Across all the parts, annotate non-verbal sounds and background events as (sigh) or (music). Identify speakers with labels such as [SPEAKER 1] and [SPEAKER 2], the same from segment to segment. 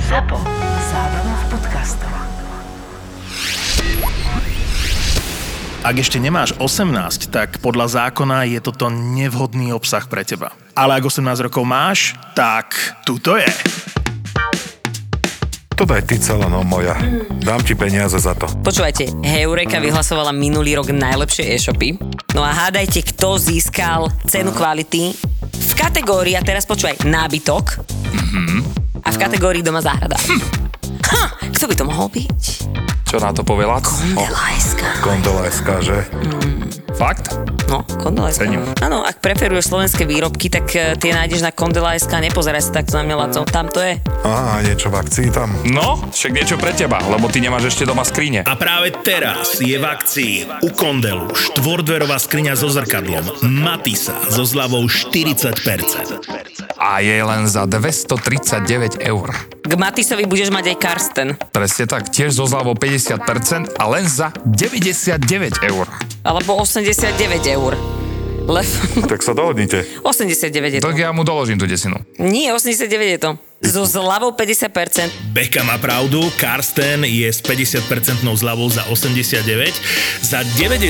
[SPEAKER 1] Zapo. Zábrná v podcastov.
[SPEAKER 2] Ak ešte nemáš 18, tak podľa zákona je toto nevhodný obsah pre teba. Ale ak 18 rokov máš, tak tuto je.
[SPEAKER 3] To daj ty celé, no moja. Dám ti peniaze za to.
[SPEAKER 4] Počúvajte, Heureka vyhlasovala minulý rok najlepšie e-shopy. No a hádajte, kto získal cenu kvality v kategórii, a teraz počúvaj, nábytok a v kategórii doma záhrada.
[SPEAKER 3] Hm.
[SPEAKER 4] Ha, kto by to mohol byť?
[SPEAKER 5] Čo na to povie Laco?
[SPEAKER 4] Kondelajská.
[SPEAKER 3] Kondoleska, že?
[SPEAKER 5] Fakt?
[SPEAKER 4] No, Kondelajská.
[SPEAKER 5] Cením.
[SPEAKER 4] Áno, ak preferuješ slovenské výrobky, tak e, tie nájdeš na Kondelajská. Nepozeraj sa takto na mňa,
[SPEAKER 3] Hm.
[SPEAKER 4] Laco. Tam to je.
[SPEAKER 3] Á, niečo v akcii tam.
[SPEAKER 5] No, však niečo pre teba, lebo ty nemáš ešte doma skrine.
[SPEAKER 2] A práve teraz je v akcii u Kondelu štvordverová skriňa so zrkadlom Matisa so zľavou 40%.
[SPEAKER 5] A je len za 239 eur.
[SPEAKER 4] K Matisovi budeš mať aj Karsten.
[SPEAKER 5] Presne tak, tiež so zľavou 50% a len za 99 eur.
[SPEAKER 4] Alebo 89 eur. Lev.
[SPEAKER 3] Tak sa dohodnite.
[SPEAKER 4] (laughs) 89 je to.
[SPEAKER 5] Tak ja mu doložím tú desinu.
[SPEAKER 4] Nie, 89 je to. So zľavou 50%.
[SPEAKER 2] Beka má pravdu, Karsten je s 50% zľavou za 89, za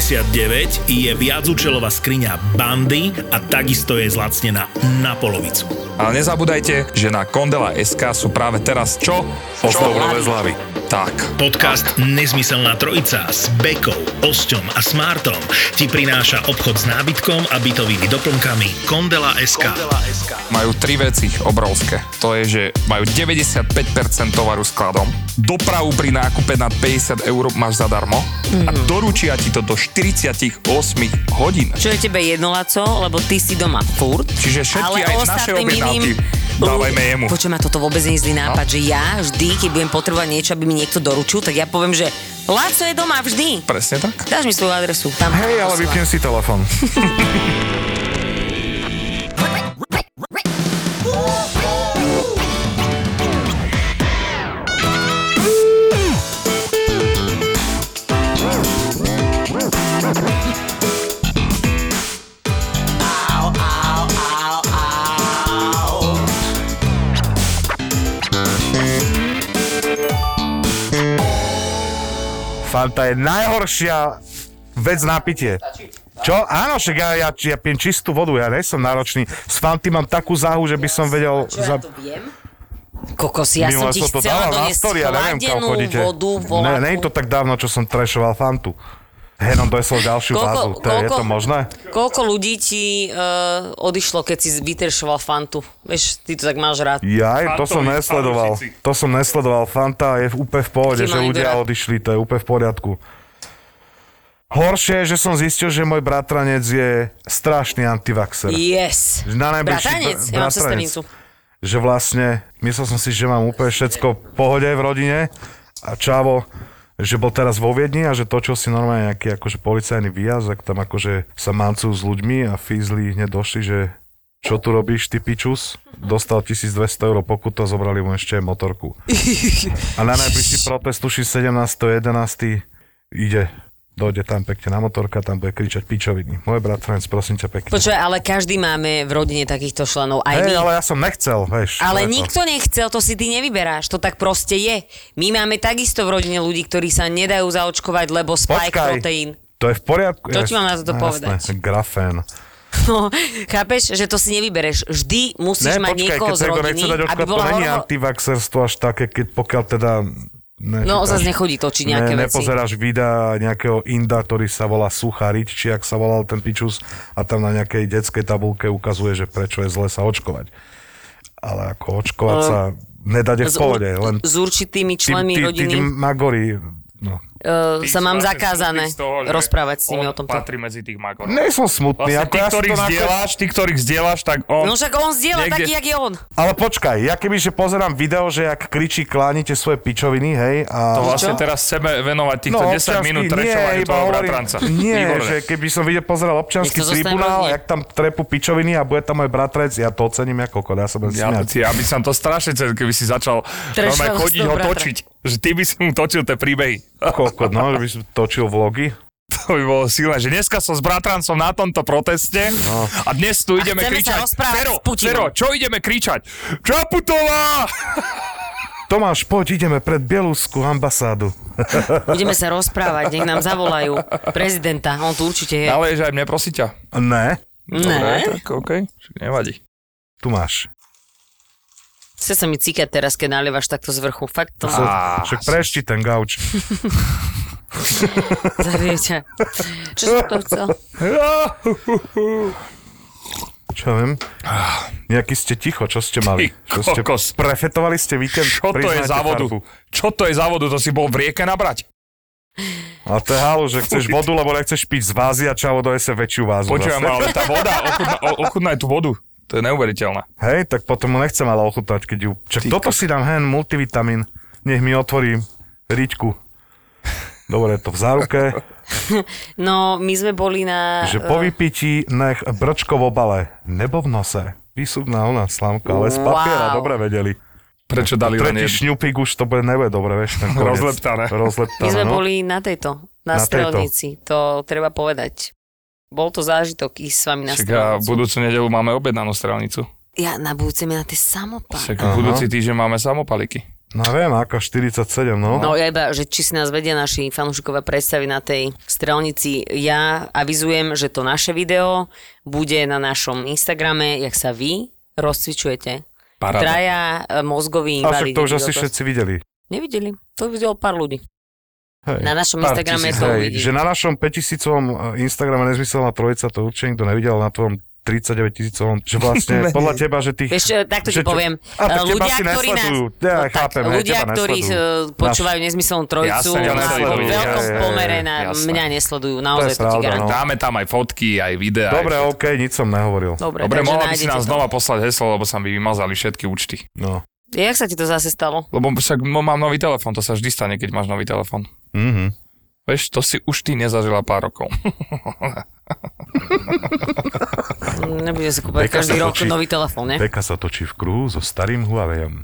[SPEAKER 2] 99 je viacúčelová skriňa Bandy a takisto je zlacnená na polovicu.
[SPEAKER 5] Ale nezabúdajte, že na Kondela SK sú práve teraz čo?
[SPEAKER 3] Ostovrové zlavy.
[SPEAKER 5] Tak.
[SPEAKER 2] Podcast Nezmyselná trojica s Bekou, Osťom a Smartom ti prináša obchod s nábytkom a bytovými doplnkami Kondela SK.
[SPEAKER 5] Majú tri veci obrovské. To je, že majú 95% tovaru skladom, dopravu pri nákupe nad 50 eur máš zadarmo a
[SPEAKER 4] Mhm.
[SPEAKER 5] doručia ti to do 48 hodín.
[SPEAKER 4] Čo je tebe jedno, Laco, lebo ty si doma furt.
[SPEAKER 5] Čiže všetky aj naše
[SPEAKER 4] ostatným
[SPEAKER 5] objednávky
[SPEAKER 4] iným-
[SPEAKER 5] dávajme jemu.
[SPEAKER 4] Počuj ma, toto vôbec nie je
[SPEAKER 3] No.
[SPEAKER 4] zlý nápad, že ja vždy, keď budem potrebovať niečo, aby mi niekto doručil, tak ja poviem, že Laco je doma vždy.
[SPEAKER 5] Presne tak.
[SPEAKER 4] Dáš mi svoju adresu. Tam
[SPEAKER 3] Hej, ale vypnem si (laughs) telefon. Fanta je najhoršia vec na pitie. Čo? Áno, však ja, ja, ja pijem čistú vodu, ja nie som náročný. S Fanty mám takú záhu, že by som vedel...
[SPEAKER 4] Čo ja to viem? Kokos, ja som
[SPEAKER 3] Minule
[SPEAKER 4] ti
[SPEAKER 3] som to
[SPEAKER 4] chcela
[SPEAKER 3] dával na
[SPEAKER 4] doniesť
[SPEAKER 3] story, ja neviem, kam
[SPEAKER 4] chladenú
[SPEAKER 3] chodíte.
[SPEAKER 4] vodu,
[SPEAKER 3] Ne, nie je to tak dávno, čo som trešoval Fantu. Henom donesol ďalšiu vázu. To, je- je to možné?
[SPEAKER 4] Koľko ľudí ti uh, odišlo, keď si vytršoval fantu? Vieš, ty to tak máš rád.
[SPEAKER 3] Jaj, to
[SPEAKER 5] Fantovi,
[SPEAKER 3] som nesledoval.
[SPEAKER 5] fanúšici.
[SPEAKER 3] To som nesledoval. Fanta je úplne v pohode,
[SPEAKER 4] Ty
[SPEAKER 3] že
[SPEAKER 4] mali
[SPEAKER 3] ľudia
[SPEAKER 4] dorad-
[SPEAKER 3] odišli, to je úplne v poriadku. Horšie je, že som zistil, že môj bratranec je strašný antivaxer.
[SPEAKER 4] Yes.
[SPEAKER 3] Že na najbližší
[SPEAKER 4] Bratanec,
[SPEAKER 3] br-
[SPEAKER 4] ja mám
[SPEAKER 3] bratranec.
[SPEAKER 4] sesternicu.
[SPEAKER 3] Že vlastne, myslel som si, že mám úplne všetko v pohode v rodine a čavo, že bol teraz vo Viedni a že točil si normálne nejaký akože policajný výjazd, ak tam akože sa mancujú s ľuďmi a fízli hneď došli, že čo tu robíš, ty pičus? Dostal 1200 eur pokutu a zobrali mu ešte aj motorku. A na najbližší protest, tuším 17.11. ide, dojde tam pekne na motorka, tam bude kričať pičoviny. Môj bratranec, prosím ťa pekne.
[SPEAKER 4] Počúvaj, ale každý máme v rodine takýchto členov. Aj
[SPEAKER 3] Hej,
[SPEAKER 4] my.
[SPEAKER 3] ale ja som nechcel, vieš. to je
[SPEAKER 4] Ale
[SPEAKER 3] to.
[SPEAKER 4] nikto nechcel, to si ty nevyberáš, to tak proste je. My máme takisto v rodine ľudí, ktorí sa nedajú zaočkovať, lebo spike
[SPEAKER 3] Počkaj.
[SPEAKER 4] proteín.
[SPEAKER 3] To je v poriadku.
[SPEAKER 4] Čo
[SPEAKER 3] ja-
[SPEAKER 4] ti mám na toto
[SPEAKER 3] no,
[SPEAKER 4] povedať?
[SPEAKER 3] jasné, grafén.
[SPEAKER 4] No, (laughs) chápeš, že to si nevybereš. Vždy musíš mať niekoho
[SPEAKER 3] keď
[SPEAKER 4] z
[SPEAKER 3] niekto
[SPEAKER 4] rodiny,
[SPEAKER 3] nechce dať
[SPEAKER 4] aby
[SPEAKER 3] očkovať, to
[SPEAKER 4] bola
[SPEAKER 3] není
[SPEAKER 4] hormo-
[SPEAKER 3] antivaxerstvo až také, keď pokiaľ teda... Ne,
[SPEAKER 4] No,
[SPEAKER 3] chytáš-
[SPEAKER 4] zase nechodí točiť nejaké
[SPEAKER 3] ne,
[SPEAKER 4] veci.
[SPEAKER 3] Nepozeráš videa nejakého inda, ktorý sa volá Sucharič, či ak sa volal ten pičus, a tam na nejakej detskej tabulke ukazuje, že prečo je zle sa očkovať. Ale ako očkovať sa nedá v
[SPEAKER 4] S-
[SPEAKER 3] pohode, len
[SPEAKER 4] s určitými členmi
[SPEAKER 3] tí, tí,
[SPEAKER 4] rodiny
[SPEAKER 3] tí magori, no.
[SPEAKER 4] e, sa mám zakázané
[SPEAKER 5] vlastne
[SPEAKER 4] rozprávať s nimi o tomto.
[SPEAKER 5] patrí medzi tých magor.
[SPEAKER 3] Nie som smutný,
[SPEAKER 5] Vlastne
[SPEAKER 3] ako
[SPEAKER 5] tí,
[SPEAKER 3] ja som to
[SPEAKER 5] ktorých
[SPEAKER 3] nakoniec-
[SPEAKER 5] zdieľaš, tí, ktorých zdieľaš, tak on...
[SPEAKER 4] No však on zdieľa
[SPEAKER 5] Niekde-
[SPEAKER 4] taký, jak je on.
[SPEAKER 3] Ale počkaj, ja keby, že pozerám video, že ak kričí, klánite svoje pičoviny, hej, a... No,
[SPEAKER 5] To vlastne
[SPEAKER 4] Čo?
[SPEAKER 5] teraz sebe venovať týchto 10 minút trešovaniu tvojho bratranca.
[SPEAKER 3] Nie,
[SPEAKER 5] Výborné.
[SPEAKER 3] že keby som videl, pozeral občianský
[SPEAKER 4] Nech to zostane
[SPEAKER 3] tribunál,
[SPEAKER 4] rovne.
[SPEAKER 3] jak tam trepu pičoviny a bude tam môj bratranec, ja to ocením ako kokot, ja sa budem
[SPEAKER 5] Ja,
[SPEAKER 3] smiať.
[SPEAKER 5] ty, ja by som to strašne chcel, keby si začal
[SPEAKER 4] Trešal
[SPEAKER 5] normálne
[SPEAKER 4] s
[SPEAKER 5] chodiť
[SPEAKER 4] tou
[SPEAKER 5] ho
[SPEAKER 4] bratra.
[SPEAKER 5] točiť. Že ty by si mu točil tie príbehy.
[SPEAKER 3] Kokot, no, že by som točil vlogy.
[SPEAKER 5] To by bolo silné, že dneska som s bratrancom na tomto proteste a dnes tu ideme
[SPEAKER 4] chceme sa
[SPEAKER 5] kričať.
[SPEAKER 4] rozprávať
[SPEAKER 5] Fero,
[SPEAKER 4] s Putinom."
[SPEAKER 5] Fero, čo ideme kričať? Čaputová!
[SPEAKER 3] Tomáš, poď, ideme pred Bielusku ambasádu.
[SPEAKER 4] Budeme sa rozprávať, nech nám zavolajú prezidenta, on tu určite je.
[SPEAKER 5] Ale že aj mňa prosí ťa.
[SPEAKER 3] Ne,
[SPEAKER 5] Dobre,
[SPEAKER 4] Ne?
[SPEAKER 5] tak OK, však nevadí.
[SPEAKER 3] tu máš.
[SPEAKER 4] Chce sa mi cíkať teraz, keď nalievaš takto z vrchu. Fakt to
[SPEAKER 3] To- Však prešti ten gauč.
[SPEAKER 4] (laughs) zavieťa. Čo som to chcel?
[SPEAKER 3] Čo viem? Nejaký ste ticho, čo ste mali?
[SPEAKER 5] Ty
[SPEAKER 3] Čo ste,
[SPEAKER 5] Ah. kokos.
[SPEAKER 3] prefetovali ste víkend?
[SPEAKER 5] Čo to je
[SPEAKER 3] Priznáte
[SPEAKER 5] za vodu?
[SPEAKER 3] farbu.
[SPEAKER 5] Čo to je za vodu? To si bol v rieke nabrať?
[SPEAKER 3] A to je halu, že chceš vodu, lebo nechceš piť z vázy a čavo dojese väčšiu vázu.
[SPEAKER 5] Počujem,
[SPEAKER 3] zase.
[SPEAKER 5] ale tá voda, ochutná, o- ochutnaj tú vodu. To je neuveriteľné.
[SPEAKER 3] Hej, tak potom mu nechcem ale ochutnať, keď ju... Čak toto si dám hen, multivitamín. Nech mi otvorí riťku. Dobre, je to v záruke,
[SPEAKER 4] No, my sme boli na... e,
[SPEAKER 3] že po vypití nech brčko v obale, nebo v nose. Výsudná ona slamka, ale z papiera,
[SPEAKER 4] Wow.
[SPEAKER 3] dobre vedeli.
[SPEAKER 5] Prečo dali len
[SPEAKER 3] Tretí
[SPEAKER 5] jednu?
[SPEAKER 3] šňupík už to bude nebude dobre, vieš, ten konec.
[SPEAKER 5] Rozleptané.
[SPEAKER 3] Rozleptané,
[SPEAKER 4] My sme
[SPEAKER 3] no.
[SPEAKER 4] boli na tejto, na,
[SPEAKER 3] Na tejto.
[SPEAKER 4] strelnici, to treba povedať. Bol to zážitok ísť s vami na
[SPEAKER 5] Však a
[SPEAKER 4] strelnicu.
[SPEAKER 5] budúcu nedelu máme objednanú strelnicu.
[SPEAKER 4] Ja na budúce mi na tie samopály.
[SPEAKER 5] Však budúci týždeň máme samopaliky.
[SPEAKER 3] No viem, ako 47, no.
[SPEAKER 4] No ja iba, že či si nás vedia naši fanúšikovia predstaviť na tej strelnici. Ja avizujem, že to naše video bude na našom Instagrame, jak sa vy rozcvičujete.
[SPEAKER 5] Paráda.
[SPEAKER 4] Traja e, mozgoví
[SPEAKER 3] A však
[SPEAKER 4] invalidi.
[SPEAKER 3] to už asi
[SPEAKER 4] kokos.
[SPEAKER 3] všetci videli.
[SPEAKER 4] Nevideli, to videlo pár ľudí.
[SPEAKER 3] Hej,
[SPEAKER 4] Na našom
[SPEAKER 5] pár
[SPEAKER 4] Instagrame
[SPEAKER 5] tisíc,
[SPEAKER 4] to
[SPEAKER 3] Hej,
[SPEAKER 4] uvidí.
[SPEAKER 3] že na našom 5000 Instagrame nezmyselná trojica, to určite nikto nevidel, ale na tvojom 39 tisícovom, že (laughs) vlastne podľa teba, že tých...
[SPEAKER 4] Vieš, čo, takto
[SPEAKER 3] že-
[SPEAKER 4] ti poviem. E,
[SPEAKER 3] A tak teba
[SPEAKER 4] ľudia,
[SPEAKER 3] asi
[SPEAKER 4] ktorí nás,
[SPEAKER 3] nesledujú. Ja
[SPEAKER 4] no tak,
[SPEAKER 3] chápem, hej,
[SPEAKER 4] ľudia,
[SPEAKER 3] teba
[SPEAKER 4] ktorí
[SPEAKER 3] nesledujú.
[SPEAKER 4] eh, počúvajú nezmyselnú trojicu,
[SPEAKER 5] Jasné, ťa
[SPEAKER 4] a
[SPEAKER 5] nesledujú,
[SPEAKER 4] v veľkom
[SPEAKER 3] hej, hej,
[SPEAKER 4] pomere na
[SPEAKER 5] jasné.
[SPEAKER 4] mňa nesledujú.
[SPEAKER 3] je
[SPEAKER 4] Naozaj to, ti
[SPEAKER 3] pravda,
[SPEAKER 4] garantujem.
[SPEAKER 3] No.
[SPEAKER 5] Dáme tam aj fotky, aj videá. aj
[SPEAKER 3] Dobre,
[SPEAKER 5] všetko.
[SPEAKER 3] OK, nič som nehovoril.
[SPEAKER 4] Dobre,
[SPEAKER 5] Dobre,
[SPEAKER 4] takže
[SPEAKER 5] mohla by
[SPEAKER 4] nájdete
[SPEAKER 5] si
[SPEAKER 4] to.
[SPEAKER 5] nám znova poslať heslo, lebo sa mi vymazali všetky účty.
[SPEAKER 3] No.
[SPEAKER 4] Jak sa ti to zase stalo?
[SPEAKER 5] Lebo však no, mám nový telefón, to sa vždy stane, keď máš nový telefón.
[SPEAKER 3] Mhm.
[SPEAKER 5] Vieš, to si už ty nezažila pár rokov.
[SPEAKER 3] (laughs)
[SPEAKER 4] Nebude si kúpať
[SPEAKER 3] Peka
[SPEAKER 4] každý
[SPEAKER 3] sa
[SPEAKER 4] rok
[SPEAKER 3] točí.
[SPEAKER 4] nový telefón, ne?
[SPEAKER 3] Peka sa točí v kruhu so starým Huaweiom.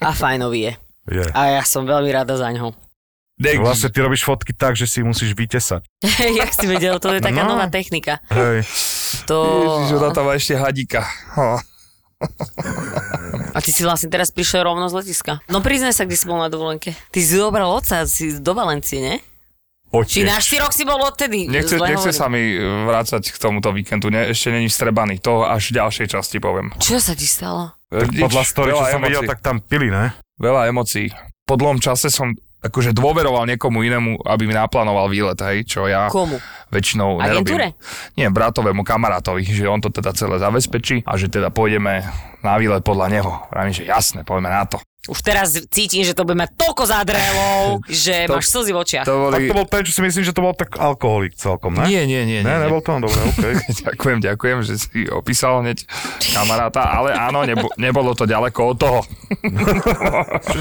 [SPEAKER 4] A fajnový je.
[SPEAKER 3] Je.
[SPEAKER 4] A ja som veľmi rada za ňo. (laughs)
[SPEAKER 5] Dek,
[SPEAKER 3] Vlastne ty robíš fotky tak, že si ich musíš vytesať.
[SPEAKER 4] Jak si vedel, to je taká
[SPEAKER 3] No.
[SPEAKER 4] nová technika.
[SPEAKER 3] Hej.
[SPEAKER 4] To...
[SPEAKER 5] Ježiš, ona tam má ešte hadíka. Ha.
[SPEAKER 4] A ty si vlastne teraz prišiel rovno z letiska. No priznaj sa, kde si bol na dovolenke. Ty si zobral oca si do Valencie, ne? Či na 4 rok si bol odtedy.
[SPEAKER 5] Nechce,
[SPEAKER 4] Zle
[SPEAKER 5] nechce
[SPEAKER 4] hovorím.
[SPEAKER 5] sa mi e, vrácať k tomuto víkendu, ne, ešte není strebaný, to až v ďalšej časti poviem.
[SPEAKER 4] Čo sa ti stalo?
[SPEAKER 5] Tak
[SPEAKER 3] E, Podľa story, čo som videl, tak tam pili, ne?
[SPEAKER 5] Veľa emocií. Po dlhom čase som akože dôveroval niekomu inému, aby mi naplánoval výlet, hej, čo ja
[SPEAKER 4] Komu?
[SPEAKER 5] väčšinou
[SPEAKER 4] Agentúre?
[SPEAKER 5] No, nerobím. Nie, bratovému kamarátovi, že on to teda celé zabezpečí a že teda pôjdeme na výlet podľa neho. Vravím, že jasné, poďme na to.
[SPEAKER 4] Už teraz cítim, že to bude mať toľko
[SPEAKER 5] (laughs)
[SPEAKER 4] zádrelov, že
[SPEAKER 5] To-
[SPEAKER 4] máš slzy v očiach.
[SPEAKER 5] To
[SPEAKER 3] Tak
[SPEAKER 5] boli...
[SPEAKER 3] to bol ten, čo si myslím, že to bol tak alkoholik celkom, ne?
[SPEAKER 5] Nie, nie, nie. nie,
[SPEAKER 3] Ne,
[SPEAKER 5] nie.
[SPEAKER 3] nebol to on, dobre, (laughs) OK.
[SPEAKER 5] (laughs) Ďakujem, ďakujem, že si opísal hneď kamaráta, ale áno, nebo, nebolo to ďaleko od toho.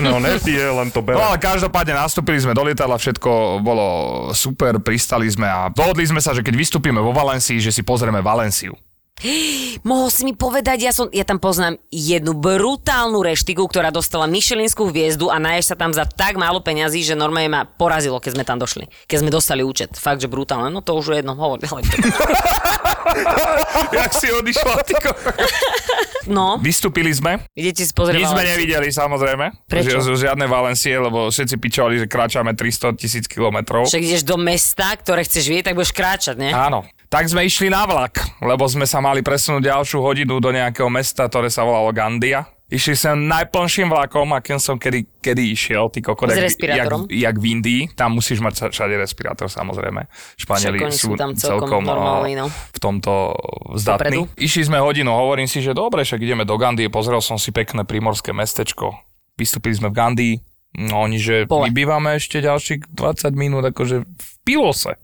[SPEAKER 3] No, nepije, len to
[SPEAKER 5] No
[SPEAKER 3] bere.
[SPEAKER 5] ale každopádne nastúpili sme do lietadla, všetko bolo super, pristali sme a dohodli sme sa, že keď vystúpime vo Valencii, že si pozrieme Valenciu. (laughs)
[SPEAKER 4] Mohol si mi povedať, ja, som, ja tam poznám jednu brutálnu reštiku, ktorá dostala Michelinskú hviezdu a naješ sa tam za tak málo peňazí, že normálne ma porazilo, keď sme tam došli. Keď sme dostali účet. Fakt, že brutálne. No to už o jednom hovorí. ale-
[SPEAKER 5] Jak si odišla, tyko.
[SPEAKER 4] No,
[SPEAKER 5] Vystúpili sme,
[SPEAKER 4] idete si pozrieť.
[SPEAKER 5] nič sme
[SPEAKER 4] Valenciu.
[SPEAKER 5] nevideli samozrejme.
[SPEAKER 4] Prečo?
[SPEAKER 5] Že, žiadne Valencie, lebo všetci pičovali, že kráčame 300 tisíc kilometrov.
[SPEAKER 4] Však ideš do mesta, ktoré chceš vidieť, tak budeš kráčať, ne?
[SPEAKER 5] Áno. Tak sme išli na vlak, lebo sme sa mali presunúť ďalšiu hodinu do nejakého mesta, ktoré sa volalo Gandia. Išli sem najplnším vlakom, akým som kedy, kedy išiel, ty kokot,
[SPEAKER 4] S
[SPEAKER 5] jak-
[SPEAKER 4] respirátorom?
[SPEAKER 5] Jak, jak, v Indii, tam musíš mať sa- všade respirátor samozrejme. Španieli
[SPEAKER 4] Však oni sú
[SPEAKER 5] sú,
[SPEAKER 4] tam celkom
[SPEAKER 5] celkom,
[SPEAKER 4] normálni, no.
[SPEAKER 5] o, v tomto zdatní.
[SPEAKER 4] Popredu.
[SPEAKER 5] Išli sme hodinu, hovorím si, že dobre, však ideme do Gandie, pozrel som si pekné primorské mestečko. Vystúpili sme v Gandii, no oni, že
[SPEAKER 4] Pole.
[SPEAKER 5] my bývame ešte ďalších 20 minút akože v Pilose.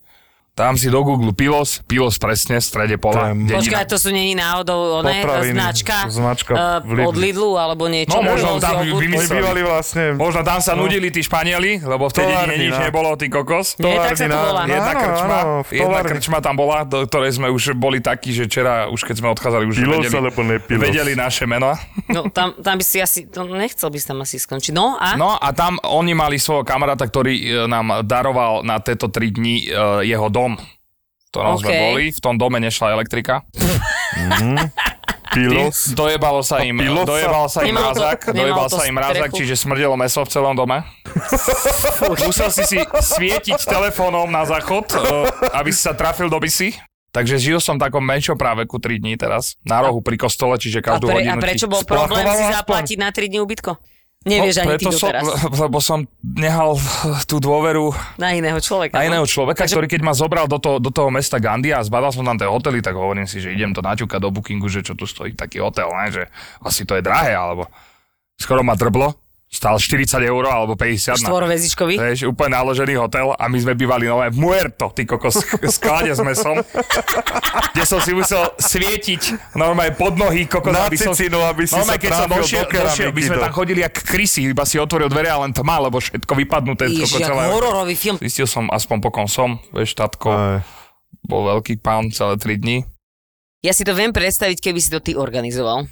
[SPEAKER 5] Tam si do Google Pilos, Pilos presne, v strede pola.
[SPEAKER 3] Tam.
[SPEAKER 5] dedina.
[SPEAKER 4] Počkaj, to sú není náhodou, ne?
[SPEAKER 3] Potraviny,
[SPEAKER 4] Značka,
[SPEAKER 3] značka
[SPEAKER 4] eh,
[SPEAKER 3] v Lidli.
[SPEAKER 4] od Lidlu alebo niečo.
[SPEAKER 5] No,
[SPEAKER 4] Bol
[SPEAKER 5] možno
[SPEAKER 4] si
[SPEAKER 5] tam
[SPEAKER 4] obud-
[SPEAKER 5] vymyslel.
[SPEAKER 3] Oni bývali vlastne...
[SPEAKER 5] Možno tam sa nudili tí Španieli, lebo v tej
[SPEAKER 3] Továrni,
[SPEAKER 5] dedine nič
[SPEAKER 3] no.
[SPEAKER 5] nebolo, ty kokos.
[SPEAKER 4] Nie, tak sa to
[SPEAKER 3] Továrni,
[SPEAKER 4] volá.
[SPEAKER 3] no.
[SPEAKER 5] Jedna,
[SPEAKER 3] Áno,
[SPEAKER 5] krčma,
[SPEAKER 3] áno, v
[SPEAKER 5] jedna
[SPEAKER 3] továrni.
[SPEAKER 5] krčma tam bola, do ktorej sme už boli takí, že včera, už keď sme odchádzali, už
[SPEAKER 3] Pilos
[SPEAKER 5] vedeli,
[SPEAKER 3] alebo nepilos?
[SPEAKER 5] vedeli naše meno.
[SPEAKER 4] No, tam, tam by si asi, to nechcel by si tam asi skončiť. No a?
[SPEAKER 5] No a tam oni mali svojho kamaráta, ktorý e, nám daroval na tieto tri dni e, jeho dom, v ktorom sme
[SPEAKER 4] Okej.
[SPEAKER 5] boli. V tom dome nešla elektrika.
[SPEAKER 3] Pilo.
[SPEAKER 5] Dojebalo sa im,
[SPEAKER 3] Pilo sa-
[SPEAKER 5] dojebal sa im
[SPEAKER 4] Nemalo to-
[SPEAKER 5] mrazak,
[SPEAKER 4] nemalo
[SPEAKER 5] dojebal
[SPEAKER 4] to
[SPEAKER 5] sa im mrazak,
[SPEAKER 4] strechu.
[SPEAKER 5] čiže smrdelo meso v celom dome. Musel si si svietiť telefónom na záchod, eh, aby si sa trafil do bisy. Takže žil som v takom menšom práveku 3 dní teraz, na rohu pri kostole, čiže
[SPEAKER 4] A,
[SPEAKER 5] každú
[SPEAKER 4] pre,
[SPEAKER 5] hodinu
[SPEAKER 4] a
[SPEAKER 5] ti
[SPEAKER 4] prečo bol problém
[SPEAKER 5] splachovalo
[SPEAKER 4] si
[SPEAKER 5] aspoň. No,
[SPEAKER 4] zaplatiť na 3 dní ubytko? Nevieš ani ty
[SPEAKER 5] preto som,
[SPEAKER 4] doteraz.
[SPEAKER 5] lebo som nehal tú dôveru
[SPEAKER 4] Na iného človeka.
[SPEAKER 5] (laughs) na
[SPEAKER 4] no.
[SPEAKER 5] iného človeka, ktorý keď ma zobral do, to, do toho mesta Gandia a zbadal som tam tie hotely, tak hovorím si, že idem to naťukať do bookingu, že čo tu stojí taký hotel, ne? že asi to je drahé, alebo skoro ma drblo, stál 40 eur alebo 50 na
[SPEAKER 4] Štvorvezičkový.
[SPEAKER 5] Vieš, úplne naložený hotel a my sme bývali nové v Muerto, ty kokos, sklade s mesom, kde som si musel svietiť normálne pod nohy, kokos,
[SPEAKER 3] Na
[SPEAKER 5] aby som...
[SPEAKER 3] cicinu, aby si sa
[SPEAKER 5] normálne, keď som
[SPEAKER 3] trafil
[SPEAKER 5] došiel,
[SPEAKER 3] do keramiky,
[SPEAKER 5] došiel, my sme
[SPEAKER 3] do-
[SPEAKER 5] tam chodili jak krysy, iba si otvoril dvere a len tma, lebo všetko vypadnuté. kokos,
[SPEAKER 4] Ježiš, jak
[SPEAKER 5] celé-
[SPEAKER 4] hororový film.
[SPEAKER 5] Zistil som aspoň po kom som, vieš,
[SPEAKER 3] Aj.
[SPEAKER 5] tatko, bol veľký pán celé 3 dní,
[SPEAKER 4] Ja si to viem predstaviť, keby si to ty organizoval.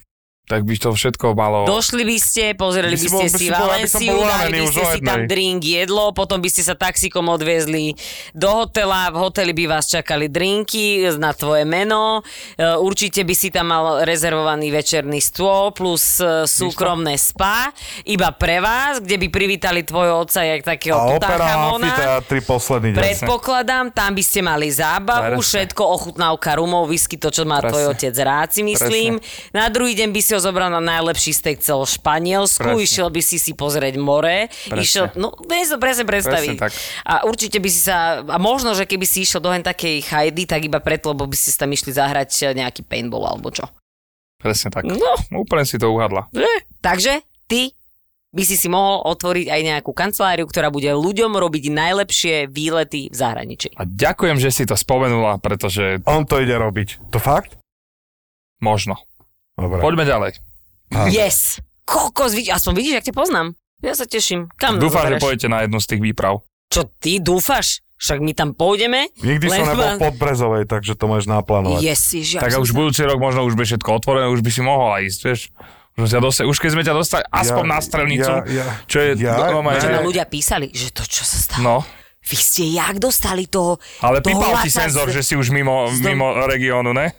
[SPEAKER 5] tak by to všetko malo...
[SPEAKER 4] Došli by ste, pozreli by,
[SPEAKER 3] By si
[SPEAKER 4] ste
[SPEAKER 3] bol- by
[SPEAKER 4] si
[SPEAKER 3] si bol, aby som
[SPEAKER 4] Valenciu,
[SPEAKER 3] bol
[SPEAKER 4] dali by
[SPEAKER 3] unavený už
[SPEAKER 4] ste
[SPEAKER 3] o
[SPEAKER 4] si tam
[SPEAKER 3] jednej.
[SPEAKER 4] drink, jedlo, potom by ste sa taxikom odviezli do hotela, v hoteli by vás čakali drinky na tvoje meno, e, určite by si tam mal rezervovaný večerný stôl plus e, súkromné spa, iba pre vás, kde by privítali tvojho otca jak takého
[SPEAKER 3] A opera a
[SPEAKER 4] Tutanchamona.
[SPEAKER 3] amfiteatri posledný deň.
[SPEAKER 4] Predpokladám, tam by ste mali zábavu,
[SPEAKER 5] Presne.
[SPEAKER 4] všetko, ochutnávka rumov, whisky, to, čo má
[SPEAKER 5] Presne.
[SPEAKER 4] tvoj otec rád, si myslím. Na druhý deň by si ho zobral na najlepší steak cel Španielsku,
[SPEAKER 5] Presne.
[SPEAKER 4] išiel by si si pozrieť more,
[SPEAKER 5] Presne.
[SPEAKER 4] išiel, no, vieš to presne predstaviť.
[SPEAKER 5] Presne tak.
[SPEAKER 4] A určite by si sa, a možno, že keby si išiel do hen takej chajdy, tak iba preto, lebo by ste si tam išli zahrať eh, nejaký paintball alebo čo.
[SPEAKER 5] Presne tak.
[SPEAKER 4] No.
[SPEAKER 5] Úplne si to uhadla.
[SPEAKER 4] Takže ty by si si mohol otvoriť aj nejakú kanceláriu, ktorá bude ľuďom robiť najlepšie výlety v zahraničí.
[SPEAKER 5] A ďakujem, že si to spomenula, pretože
[SPEAKER 3] On to ide robiť. To fakt?
[SPEAKER 5] možno.
[SPEAKER 3] Dobre.
[SPEAKER 5] Poďme ďalej.
[SPEAKER 4] Yes! Kokos, vidí, aspoň vidíš, jak ťa poznám. Ja sa teším. Kam nás No,
[SPEAKER 5] Dúfam, že
[SPEAKER 4] zoberieš?
[SPEAKER 5] pôjdete na jednu z tých výprav.
[SPEAKER 4] Čo ty dúfaš? Však my tam pôjdeme.
[SPEAKER 3] Nikdy som
[SPEAKER 4] len
[SPEAKER 3] nebol
[SPEAKER 4] ma-
[SPEAKER 3] v Podbrezovej, takže to môžeš naplánovať.
[SPEAKER 4] Yes, ježiš,
[SPEAKER 5] Tak a
[SPEAKER 4] som
[SPEAKER 5] už
[SPEAKER 4] sa-
[SPEAKER 5] budúci rok možno už by všetko otvorené, už by si mohla ísť, vieš. Už, sme ťa dostali, už keď sme ťa dostali aspoň na strelnicu,
[SPEAKER 3] ja- ja-
[SPEAKER 5] čo je... no,
[SPEAKER 3] ja?
[SPEAKER 5] normálne,
[SPEAKER 4] Že
[SPEAKER 5] že-
[SPEAKER 4] ma ľudia písali, že to čo sa stalo.
[SPEAKER 5] No,
[SPEAKER 4] Vy ste jak dostali toho...
[SPEAKER 5] ale
[SPEAKER 4] toho
[SPEAKER 5] pípal ti
[SPEAKER 4] lata
[SPEAKER 5] senzor,
[SPEAKER 4] z-
[SPEAKER 5] že si už mimo,
[SPEAKER 4] z dom-
[SPEAKER 5] mimo regiónu, ne?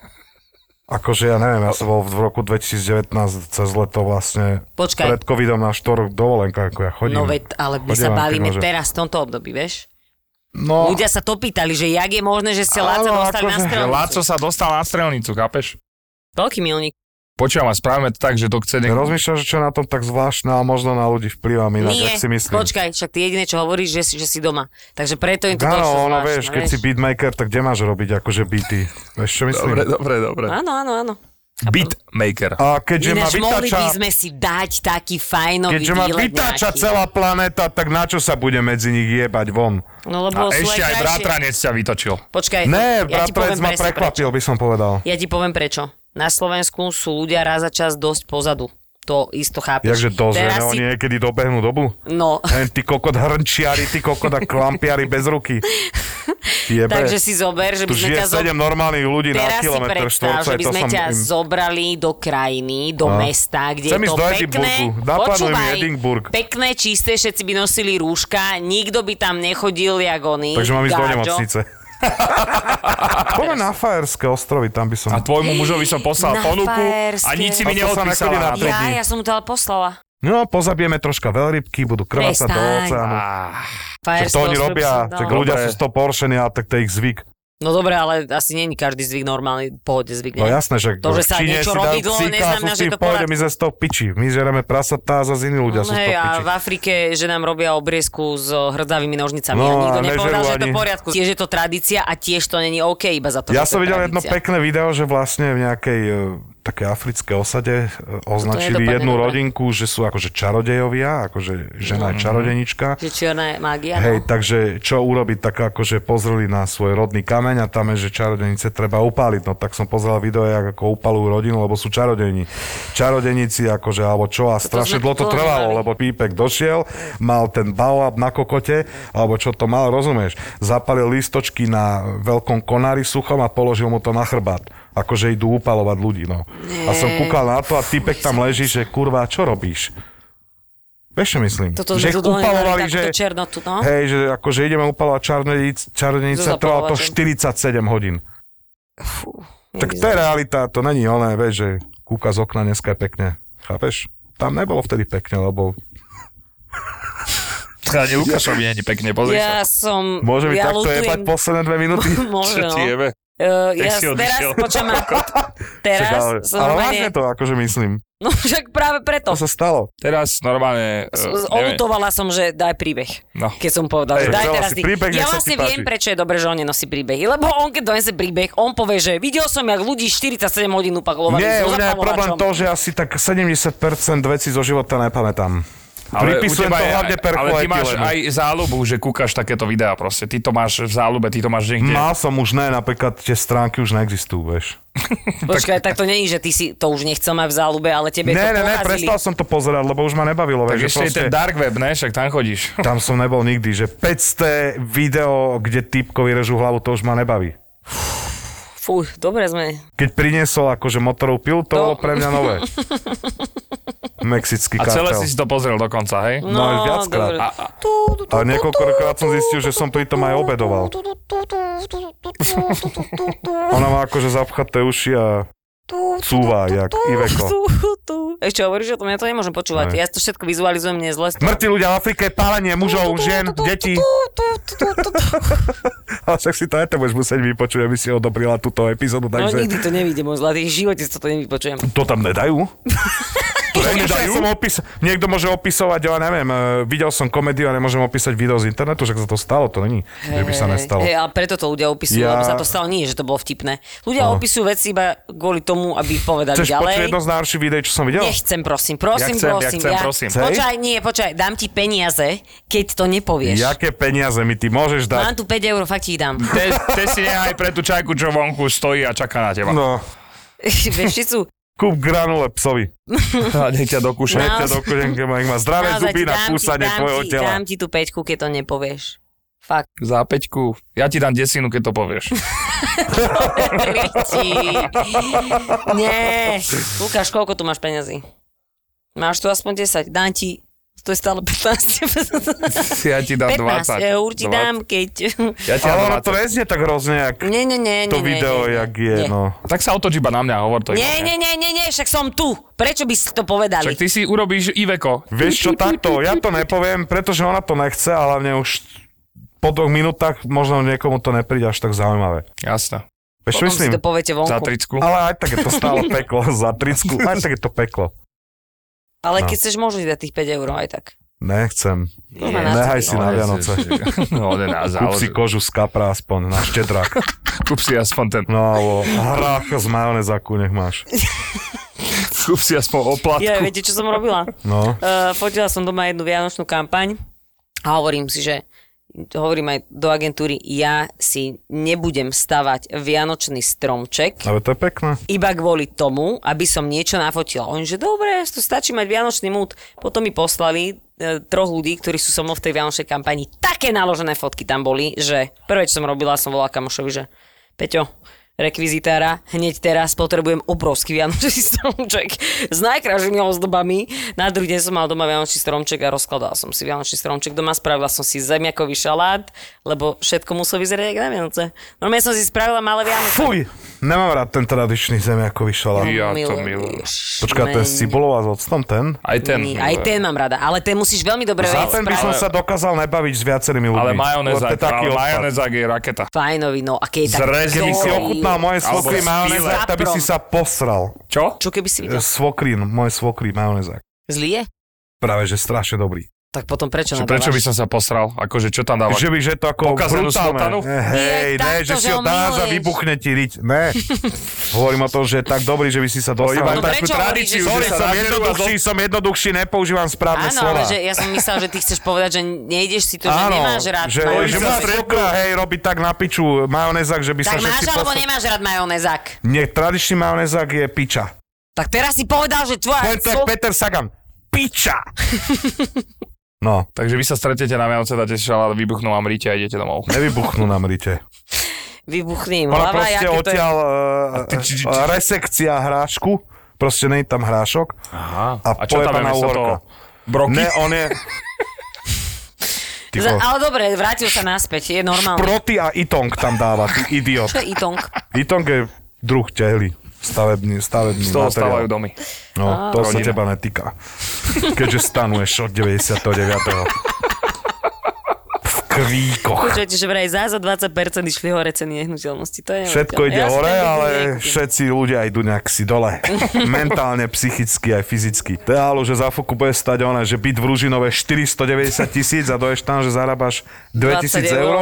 [SPEAKER 3] Akože ja neviem, ja som bol v roku 2019 cez leto vlastne
[SPEAKER 4] Počkaj.
[SPEAKER 3] pred covidom na 4 rok dovolenka, ako ja chodím.
[SPEAKER 4] No veď, ale my
[SPEAKER 3] Chodím
[SPEAKER 4] sa
[SPEAKER 3] vám, keď
[SPEAKER 4] bavíme
[SPEAKER 3] môžem.
[SPEAKER 4] teraz v tomto období, vieš?
[SPEAKER 3] No,
[SPEAKER 4] Ľudia sa to pýtali, že jak je možné, že ste
[SPEAKER 3] Áno,
[SPEAKER 4] Láca dostali na
[SPEAKER 3] akože-
[SPEAKER 5] Že Láco
[SPEAKER 4] strelnicu.
[SPEAKER 5] sa dostal na strelnicu, chápeš?
[SPEAKER 4] Veľký milník.
[SPEAKER 5] Počúvam, a spravíme to tak, že to chce niekto...
[SPEAKER 3] rozmýšľam, že čo je na tom tak zvláštne a možno na ľudí vplývam inak,
[SPEAKER 4] Nie,
[SPEAKER 3] ak si myslím.
[SPEAKER 4] počkaj, však ty jediné, čo hovoríš, že, si- že si doma. Takže preto im to došlo
[SPEAKER 3] Áno, ono
[SPEAKER 4] zvláštne,
[SPEAKER 3] vieš, keď si beatmaker, tak kde máš robiť akože beaty? Vieš, čo myslím?
[SPEAKER 5] Dobre, dobre, dobre.
[SPEAKER 4] Áno, áno, áno. No,
[SPEAKER 5] Beatmaker.
[SPEAKER 3] A keďže ma
[SPEAKER 4] Ináč mohli by
[SPEAKER 3] vytača,
[SPEAKER 4] sme si dať taký fajnový
[SPEAKER 3] keďže ma
[SPEAKER 4] výlet
[SPEAKER 3] vytáča
[SPEAKER 4] nejaký.
[SPEAKER 3] celá planéta, tak na čo sa bude medzi nich jebať von?
[SPEAKER 4] No lebo
[SPEAKER 5] A
[SPEAKER 4] sú
[SPEAKER 5] ešte aj
[SPEAKER 4] krajšie-
[SPEAKER 5] bratranec ťa vytočil.
[SPEAKER 4] Počkaj,
[SPEAKER 3] Ne,
[SPEAKER 4] ja ti poviem
[SPEAKER 3] bratranec ma
[SPEAKER 4] presne prečo.
[SPEAKER 3] prekvapil, by som povedal.
[SPEAKER 4] Ja ti poviem prečo. Na Slovensku sú ľudia raz za čas dosť pozadu. To isto chápeš.
[SPEAKER 3] Jakže dosť,
[SPEAKER 4] Teraz
[SPEAKER 3] ne?
[SPEAKER 4] si...
[SPEAKER 3] Oni niekedy dobehnú dobu. (laughs)
[SPEAKER 4] No,
[SPEAKER 3] Len ty kokot hrnčiari, ty kokot a klampiari bez
[SPEAKER 4] (laughs)
[SPEAKER 3] ruky. Jebe.
[SPEAKER 4] takže si zober, že by
[SPEAKER 3] tu
[SPEAKER 4] sme
[SPEAKER 3] žije
[SPEAKER 4] ťa zo...
[SPEAKER 3] sedem normálnych ľudí na
[SPEAKER 4] Teraz si
[SPEAKER 3] kilometr
[SPEAKER 4] predstav,
[SPEAKER 3] štvorcaj,
[SPEAKER 4] že by
[SPEAKER 3] to
[SPEAKER 4] sme
[SPEAKER 3] som
[SPEAKER 4] ťa
[SPEAKER 3] im...
[SPEAKER 4] zobrali do krajiny, do
[SPEAKER 3] No.
[SPEAKER 4] mesta, kde
[SPEAKER 3] Chcem
[SPEAKER 4] je
[SPEAKER 3] ísť
[SPEAKER 4] to
[SPEAKER 3] do
[SPEAKER 4] pekné,
[SPEAKER 3] Edinburghu. Naplánuj mi Edinburgh.
[SPEAKER 4] pekné, čisté, všetci by nosili rúška, nikto by tam nechodil jak oni.
[SPEAKER 3] Takže mám ísť do
[SPEAKER 4] gáďo.
[SPEAKER 3] nemocnice. Poďme na Fajerské ostrovy, tam by som...
[SPEAKER 5] A tvojmu mužovi som poslal
[SPEAKER 4] Na
[SPEAKER 5] ponuku a
[SPEAKER 4] Fajerské.
[SPEAKER 5] nič si mi
[SPEAKER 3] A to sa
[SPEAKER 5] neodpísala
[SPEAKER 3] nechodí
[SPEAKER 5] na
[SPEAKER 3] na
[SPEAKER 5] to.
[SPEAKER 3] tri dní.
[SPEAKER 4] Ja, ja som mu to ale poslala.
[SPEAKER 3] No, pozabijeme troška veľrybky, budú krvácať do
[SPEAKER 4] Prestaň.
[SPEAKER 3] oceánu. Čo
[SPEAKER 4] Fajerské
[SPEAKER 3] to oni
[SPEAKER 4] ostrovy som
[SPEAKER 3] robia,
[SPEAKER 4] dala.
[SPEAKER 3] tak ľudia
[SPEAKER 5] Dobre.
[SPEAKER 3] sú z toho poršení, a tak to je ich zvyk.
[SPEAKER 4] No dobre, ale asi není každý zvyk normálny, v pohode zvyk.
[SPEAKER 3] No
[SPEAKER 4] nie?
[SPEAKER 3] jasné, že
[SPEAKER 4] To, že
[SPEAKER 3] v
[SPEAKER 4] sa
[SPEAKER 3] Číne
[SPEAKER 4] niečo
[SPEAKER 3] si
[SPEAKER 4] robí
[SPEAKER 3] dajú
[SPEAKER 4] dlho,
[SPEAKER 3] psíka,
[SPEAKER 4] neznamená,
[SPEAKER 3] sú s
[SPEAKER 4] že
[SPEAKER 3] tým
[SPEAKER 4] to
[SPEAKER 3] v pohode,
[SPEAKER 4] porad-
[SPEAKER 3] my sme z toho piči. My žereme prasatá a zase iní ľudia sú z
[SPEAKER 4] No Hej,
[SPEAKER 3] toho
[SPEAKER 4] a
[SPEAKER 3] piči.
[SPEAKER 4] v Afrike, že nám robia obriezku s hrdavými nožnicami.
[SPEAKER 3] No,
[SPEAKER 4] a nikto
[SPEAKER 3] a
[SPEAKER 4] nepovedal,
[SPEAKER 3] nežerú
[SPEAKER 4] že je to v
[SPEAKER 3] ani-
[SPEAKER 4] poriadku. Tiež je to tradícia a tiež to není OK, iba za to.
[SPEAKER 3] Ja
[SPEAKER 4] že
[SPEAKER 3] som
[SPEAKER 4] to je
[SPEAKER 3] videl jedno
[SPEAKER 4] tradícia.
[SPEAKER 3] pekné video, že vlastne v nejakej e, také africké osade e, označili
[SPEAKER 4] nedopadne
[SPEAKER 3] jednu
[SPEAKER 4] dobre.
[SPEAKER 3] rodinku, že sú akože čarodejovia, akože žena je
[SPEAKER 4] Mhm.
[SPEAKER 3] čarodenička.
[SPEAKER 4] Že čierna je mágia.
[SPEAKER 3] Hej,
[SPEAKER 4] no.
[SPEAKER 3] takže čo urobiť, tak akože pozreli na svoj rodný kameň a tam je, že čarodenice treba upáliť. No tak som pozrel video, jak ako upalujú rodinu, lebo sú čarodení. Čarodenici akože, alebo čo, a strašne
[SPEAKER 4] sme
[SPEAKER 3] dlho to
[SPEAKER 4] dlho
[SPEAKER 3] trvalo,
[SPEAKER 4] nemali.
[SPEAKER 3] lebo pípek došiel, mal ten baobab na kokote, alebo čo to mal, rozumieš. Zapalil listočky na veľkom konári suchom a položil mu to na chrbát. Akože idú upalovať ľudí, no. A som kúkal na to a týpek tam leží, že kurva, čo robíš? Vieš, čo myslím?
[SPEAKER 4] Toto sme
[SPEAKER 3] že
[SPEAKER 4] tu
[SPEAKER 3] ich
[SPEAKER 4] dlho nemali
[SPEAKER 3] upalovali,
[SPEAKER 4] takto
[SPEAKER 3] že...
[SPEAKER 4] černotu, no.
[SPEAKER 3] Hej, že akože ideme upalovať čarodenic, čarodenice,
[SPEAKER 4] Zo
[SPEAKER 3] trvalo to
[SPEAKER 4] zapalovača.
[SPEAKER 3] 47 hodín.
[SPEAKER 4] Fú,
[SPEAKER 3] Tak
[SPEAKER 4] nikdy
[SPEAKER 3] to je realita, to není oné, vieš, že kúka z okna dneska je pekne. Chápeš? Tam nebolo vtedy pekne, lebo
[SPEAKER 5] Ani Lukášovi není pekne, pozri
[SPEAKER 4] Ja
[SPEAKER 5] sa.
[SPEAKER 4] som...
[SPEAKER 3] môže mi
[SPEAKER 4] ja
[SPEAKER 3] takto
[SPEAKER 4] lutujem-
[SPEAKER 3] jebať posledné dve minúty.
[SPEAKER 4] (laughs) Môže,
[SPEAKER 5] Čo
[SPEAKER 4] no.
[SPEAKER 5] ti jebe?
[SPEAKER 4] Uh,
[SPEAKER 5] Jak
[SPEAKER 4] ja
[SPEAKER 5] si
[SPEAKER 4] teraz
[SPEAKER 5] odišiel?
[SPEAKER 4] počujem,
[SPEAKER 3] (laughs) Čak,
[SPEAKER 4] teraz
[SPEAKER 3] ale,
[SPEAKER 4] som
[SPEAKER 3] ale
[SPEAKER 4] normálne-
[SPEAKER 3] vážne to akože myslím.
[SPEAKER 4] (laughs) No však práve preto.
[SPEAKER 3] To sa stalo.
[SPEAKER 5] Teraz normálne...
[SPEAKER 4] S-
[SPEAKER 5] eh,
[SPEAKER 4] s-
[SPEAKER 5] neviem.
[SPEAKER 4] Olutovala som, že daj príbeh.
[SPEAKER 5] No.
[SPEAKER 4] Keď som povedal,
[SPEAKER 3] Hej,
[SPEAKER 4] že daj
[SPEAKER 3] dala
[SPEAKER 4] teraz
[SPEAKER 3] si
[SPEAKER 4] ty.
[SPEAKER 3] príbeh, nech
[SPEAKER 4] ja
[SPEAKER 3] sa ti
[SPEAKER 4] vlastne viem,
[SPEAKER 3] páči.
[SPEAKER 4] prečo je dobré, že on nenosí príbehy. Lebo on, keď donese príbeh, on povie, že videl som, jak ľudí 47 hodín upaklovali.
[SPEAKER 3] Nie, u
[SPEAKER 4] so
[SPEAKER 3] mňa je problém
[SPEAKER 4] zapalovačom."
[SPEAKER 3] to, že asi tak 70% vecí zo života nepamätám.
[SPEAKER 5] Ale
[SPEAKER 3] Pripisujem
[SPEAKER 5] u teba
[SPEAKER 3] to
[SPEAKER 5] je-
[SPEAKER 3] hlavne
[SPEAKER 5] Ale ty máš
[SPEAKER 3] perkoetilenu.
[SPEAKER 5] aj záľubu, že kúkaš takéto videá proste. Ty to máš v záľube, ty to máš niekde.
[SPEAKER 3] Mal som už ne, napríklad tie stránky už neexistujú, vieš.
[SPEAKER 4] Počkaj, tak to není, že ty si to už nechcel mať v záľube, ale tebe
[SPEAKER 3] Ne,
[SPEAKER 4] to
[SPEAKER 3] ne, ne,
[SPEAKER 4] porazili.
[SPEAKER 3] prestal som to pozerať, lebo už ma nebavilo, vieš,
[SPEAKER 5] Tak
[SPEAKER 3] že
[SPEAKER 5] ešte je
[SPEAKER 3] proste,
[SPEAKER 5] ten dark web, ne? Však tam chodíš.
[SPEAKER 3] tam som nebol nikdy, že 500 video, kde typkovi režú hlavu, to už ma nebaví.
[SPEAKER 4] Fú, dobre sme.
[SPEAKER 3] Keď priniesol akože motorovú pilu, to
[SPEAKER 4] To-
[SPEAKER 3] bolo pre mňa nové. Mexický
[SPEAKER 5] A celé
[SPEAKER 3] kartel.
[SPEAKER 5] si si to pozrel dokonca, hej?
[SPEAKER 3] No, aj viackrát.
[SPEAKER 4] dobre.
[SPEAKER 5] A, a,
[SPEAKER 3] A niekoľkokrát som zistil, že som pri tom aj obedoval. Ona má akože zapchaté uši a cúva, jak Iveko.
[SPEAKER 4] Tu, tu. Ešte hovoríš o tom, ja to nemôžem počúvať.
[SPEAKER 3] Aj.
[SPEAKER 4] Ja to všetko vizualizujem, mne je zle. No,
[SPEAKER 3] Mŕtvi ľudia v Afrike, pálenie mužov, žien, detí. (laughs) Ale však si to aj to budeš musieť vypočuť, aby si odobrila túto epizódu,
[SPEAKER 4] No
[SPEAKER 3] takže...
[SPEAKER 4] nikdy to nevidím, môj zlatý, v živote si toto nevypočujem.
[SPEAKER 3] To tam nedajú? (laughs) To nedajú? Som opis... Niekto môže opisovať, ja neviem, e, videl som komédiu a nemôžem opísať video z internetu, však sa to stalo, to není, že by sa nestalo.
[SPEAKER 4] Hej, ale preto to ľudia opisujú,
[SPEAKER 3] Ja-
[SPEAKER 4] ja... lebo sa to stalo nie, že to bolo vtipné. Ľudia
[SPEAKER 3] No.
[SPEAKER 4] opisujú veci iba kvôli tomu, aby povedali
[SPEAKER 3] Chceš
[SPEAKER 4] ďalej.
[SPEAKER 3] počuť jedno z najhorších videí, čo som videl?
[SPEAKER 4] Nechcem, prosím, prosím,
[SPEAKER 5] Ja chcem, ja
[SPEAKER 4] prosím.
[SPEAKER 5] chcem, prosím.
[SPEAKER 3] Chceš?
[SPEAKER 4] Počkaj, nie, počkaj, dám ti peniaze, keď to nepovieš.
[SPEAKER 3] Jaké peniaze mi ty môžeš dať?
[SPEAKER 4] Mám tu 5 eur, fakt ti ich
[SPEAKER 3] (laughs)
[SPEAKER 4] dám.
[SPEAKER 5] te, te si nehaj pre tú čajku, čo vonku stojí a čaká na teba. No.
[SPEAKER 3] No,
[SPEAKER 4] Vieš, či sú
[SPEAKER 3] kúp granule psovi.
[SPEAKER 5] A nech ťa dokúša.
[SPEAKER 3] Dajte
[SPEAKER 4] No.
[SPEAKER 3] do koženky, nech má zdravé
[SPEAKER 4] Naozaj
[SPEAKER 3] zuby
[SPEAKER 4] ti
[SPEAKER 3] na
[SPEAKER 4] dám,
[SPEAKER 3] kúsanie
[SPEAKER 4] ti, dám,
[SPEAKER 3] tvojho
[SPEAKER 4] ti,
[SPEAKER 3] tela.
[SPEAKER 4] Dám ti tú peťku, keď to nepovieš.
[SPEAKER 3] (laughs)
[SPEAKER 4] Fakt. (laughs)
[SPEAKER 5] Za peťku. Ja ti dám desinu, keď to povieš.
[SPEAKER 4] Riti. Nie. Lukáš, koľko tu máš peňazí? Máš tu aspoň 10. Dám ti to je stále (laughs) 15. 15
[SPEAKER 5] Ja ti dám 20.
[SPEAKER 4] eur ti dám, keď... (laughs)
[SPEAKER 5] Ja ti
[SPEAKER 3] Ale
[SPEAKER 5] dám
[SPEAKER 3] ono to
[SPEAKER 5] 20.
[SPEAKER 3] neznie tak hrozne, jak
[SPEAKER 4] Nie, nie, nie, nie,
[SPEAKER 3] to
[SPEAKER 4] nie,
[SPEAKER 3] video,
[SPEAKER 4] nie, nie,
[SPEAKER 3] jak je,
[SPEAKER 4] nie.
[SPEAKER 3] no.
[SPEAKER 5] Tak sa otoč iba na mňa, hovor to.
[SPEAKER 4] Nie, nie, nie, nie, nie, však som tu. Prečo by ste to povedali?
[SPEAKER 5] Však ty si urobíš Iveko.
[SPEAKER 3] Vieš čo, takto, ja to nepoviem, pretože ona to nechce a hlavne už po dvoch minútach možno niekomu to nepríde až tak zaujímavé.
[SPEAKER 5] Jasné.
[SPEAKER 3] Vieš, čo
[SPEAKER 4] Potom si
[SPEAKER 3] myslím?
[SPEAKER 4] to poviete vonku.
[SPEAKER 5] Za tricku.
[SPEAKER 3] Ale aj tak je to
[SPEAKER 4] (laughs)
[SPEAKER 3] stále peklo za tricku, aj tak je to peklo.
[SPEAKER 4] Ale
[SPEAKER 3] No.
[SPEAKER 4] keď chceš, môžeš dať tých 5 eur aj tak.
[SPEAKER 3] Nechcem.
[SPEAKER 4] No, na
[SPEAKER 3] Nehaj si
[SPEAKER 4] násobky.
[SPEAKER 3] na Vianoce.
[SPEAKER 5] (laughs) No, ne, na
[SPEAKER 3] Kúp si
[SPEAKER 5] zálož.
[SPEAKER 3] kožu z kapra aspoň, na štedrák.
[SPEAKER 5] Kúp si aspoň ten.
[SPEAKER 3] No, alebo hrách z majonezáku nech máš.
[SPEAKER 5] Kúp si aspoň oplatku.
[SPEAKER 4] Ja, viete, čo som
[SPEAKER 3] (laughs)
[SPEAKER 4] robila?
[SPEAKER 3] No.
[SPEAKER 4] Uh, fotila som doma jednu vianočnú kampaň a hovorím si, že hovorím aj do agentúry, ja si nebudem stavať vianočný stromček
[SPEAKER 3] Ale to je pekné.
[SPEAKER 4] iba kvôli tomu, aby som niečo nafotila. Oni, že dobre, to stačí mať vianočný múd. Potom mi poslali e, troch ľudí, ktorí sú so mnou v tej vianočnej kampani. Také naložené fotky tam boli, že prvé, čo som robila, som volala kamošovi, že Peťo, rekvizitára, hneď teraz potrebujem obrovský vianočný (laughs) stromček s najkrajšími ozdobami. Na druhý deň som mal doma vianočný stromček a rozkladala som si vianočný stromček doma, spravila som si zemiakový šalát, lebo všetko muselo vyzerať jak na Vianoce. Normálne som si spravila malé Vianoce.
[SPEAKER 3] Fuj! Nemám rád ten tradičný zemiakový šalát.
[SPEAKER 5] Ja to
[SPEAKER 4] Milujem.
[SPEAKER 5] milujem.
[SPEAKER 3] Počkaj, ten s cibulou a s octom, ten?
[SPEAKER 5] Aj ten.
[SPEAKER 4] Ten, aj ten mám rada, ale ten musíš veľmi dobre
[SPEAKER 3] Za ten by som
[SPEAKER 5] ale-
[SPEAKER 3] sa dokázal nebaviť s viacerými ľuďmi.
[SPEAKER 5] Ale
[SPEAKER 3] Lebo to
[SPEAKER 5] majonezák,
[SPEAKER 3] je taký
[SPEAKER 5] ale
[SPEAKER 3] odpad.
[SPEAKER 5] majonezák je raketa.
[SPEAKER 4] Fajnovi, no a keď je tak
[SPEAKER 5] Zrezy
[SPEAKER 4] dobrý.
[SPEAKER 5] mi
[SPEAKER 3] Si ochutnal moje
[SPEAKER 5] Alebo
[SPEAKER 3] svokry
[SPEAKER 5] s
[SPEAKER 3] majonezák,
[SPEAKER 4] file.
[SPEAKER 3] tak by si sa posral. E,
[SPEAKER 5] Čo?
[SPEAKER 4] Čo keby si videl?
[SPEAKER 3] Svokrín, môj svokrý majonezák.
[SPEAKER 4] Zlý je?
[SPEAKER 3] Práve, že strašne dobrý.
[SPEAKER 4] Tak potom prečo nadávaš?
[SPEAKER 5] Čo, prečo by som sa posral? Akože čo tam dávaš?
[SPEAKER 3] Že by, že to ako
[SPEAKER 5] Pokazenú smotanu?
[SPEAKER 3] brutálne. E, Hej,
[SPEAKER 4] Nie,
[SPEAKER 3] ne,
[SPEAKER 4] takto,
[SPEAKER 3] že si
[SPEAKER 4] že
[SPEAKER 3] ho
[SPEAKER 4] ho
[SPEAKER 3] dáš a
[SPEAKER 4] miluješ.
[SPEAKER 3] vybuchne ti riť.
[SPEAKER 4] (laughs)
[SPEAKER 3] Ne. Hovorím o tom, že je tak dobrý, že by si sa dostal.
[SPEAKER 5] iba
[SPEAKER 4] No takú prečo tradíciu,
[SPEAKER 3] Sorry,
[SPEAKER 4] hovoríš,
[SPEAKER 5] že sa
[SPEAKER 3] som
[SPEAKER 5] nažerú a
[SPEAKER 3] jednoduchší, som jednoduchší, nepoužívam správne
[SPEAKER 4] Áno,
[SPEAKER 3] slova.
[SPEAKER 4] ale že ja som myslel, že ty chceš povedať, že nejdeš si to, že nemáš rád
[SPEAKER 3] že,
[SPEAKER 4] majonezák.
[SPEAKER 3] že moja svokra, hej, robí tak na piču majonezák, že by sa
[SPEAKER 4] Tak máš
[SPEAKER 3] všetci
[SPEAKER 4] alebo
[SPEAKER 3] posra-
[SPEAKER 4] nemáš rád majonezák?
[SPEAKER 3] Nie, tradičný majonezák je piča.
[SPEAKER 4] Tak teraz si povedal, že tvoja...
[SPEAKER 3] Poviem to jak Peter Sagan.
[SPEAKER 4] (laughs)
[SPEAKER 3] Piča! No,
[SPEAKER 5] Takže vy sa stretnete na Vianoce, dáte si šalát, vybuchnú vám rite a idete domov.
[SPEAKER 3] nevybuchnú nám rite.
[SPEAKER 4] Vybuchni im
[SPEAKER 3] Ona
[SPEAKER 4] hlava,
[SPEAKER 3] proste
[SPEAKER 4] jaké to je...
[SPEAKER 3] odtiaľ
[SPEAKER 5] ty či- či-
[SPEAKER 3] eh, eh, resekcia hrášku, proste nie je tam hrášok.
[SPEAKER 5] Aha.
[SPEAKER 3] A pojebaná
[SPEAKER 5] miesto
[SPEAKER 3] uhorka.
[SPEAKER 5] Broky?
[SPEAKER 3] Ne, on
[SPEAKER 5] (laughs)
[SPEAKER 3] je... Ty
[SPEAKER 4] Za-
[SPEAKER 3] vole.
[SPEAKER 4] Ale dobre, vrátil sa naspäť, je normálne. (laughs)
[SPEAKER 3] Šproty a itong tam dáva, ty idiot.
[SPEAKER 4] Čo je itong?
[SPEAKER 3] Itong je druh tehly. stavebný, stavebný
[SPEAKER 5] Z toho
[SPEAKER 3] materiál.
[SPEAKER 5] stávajú domy.
[SPEAKER 3] No, to sa
[SPEAKER 5] Rodina.
[SPEAKER 3] teba netýka. Keďže stanuješ od 99.
[SPEAKER 4] (laughs)
[SPEAKER 3] v kríkoch.
[SPEAKER 4] Počujete, že vraj za, za 20% išli hore ceny nehnuteľnosti. To je
[SPEAKER 3] Všetko ide
[SPEAKER 4] neuveriteľné. Ja si
[SPEAKER 3] hore,
[SPEAKER 4] tam
[SPEAKER 3] ale
[SPEAKER 4] nikdy nekúpim.
[SPEAKER 3] všetci ľudia idú nejak si
[SPEAKER 4] (laughs)
[SPEAKER 3] dole. Mentálne, psychicky aj fyzicky. To je halo, že za foku bude stať ona, že byt v Ružinove 490 tisíc a doješ tam, že zarábaš 2000
[SPEAKER 4] 20 eur.
[SPEAKER 3] eur.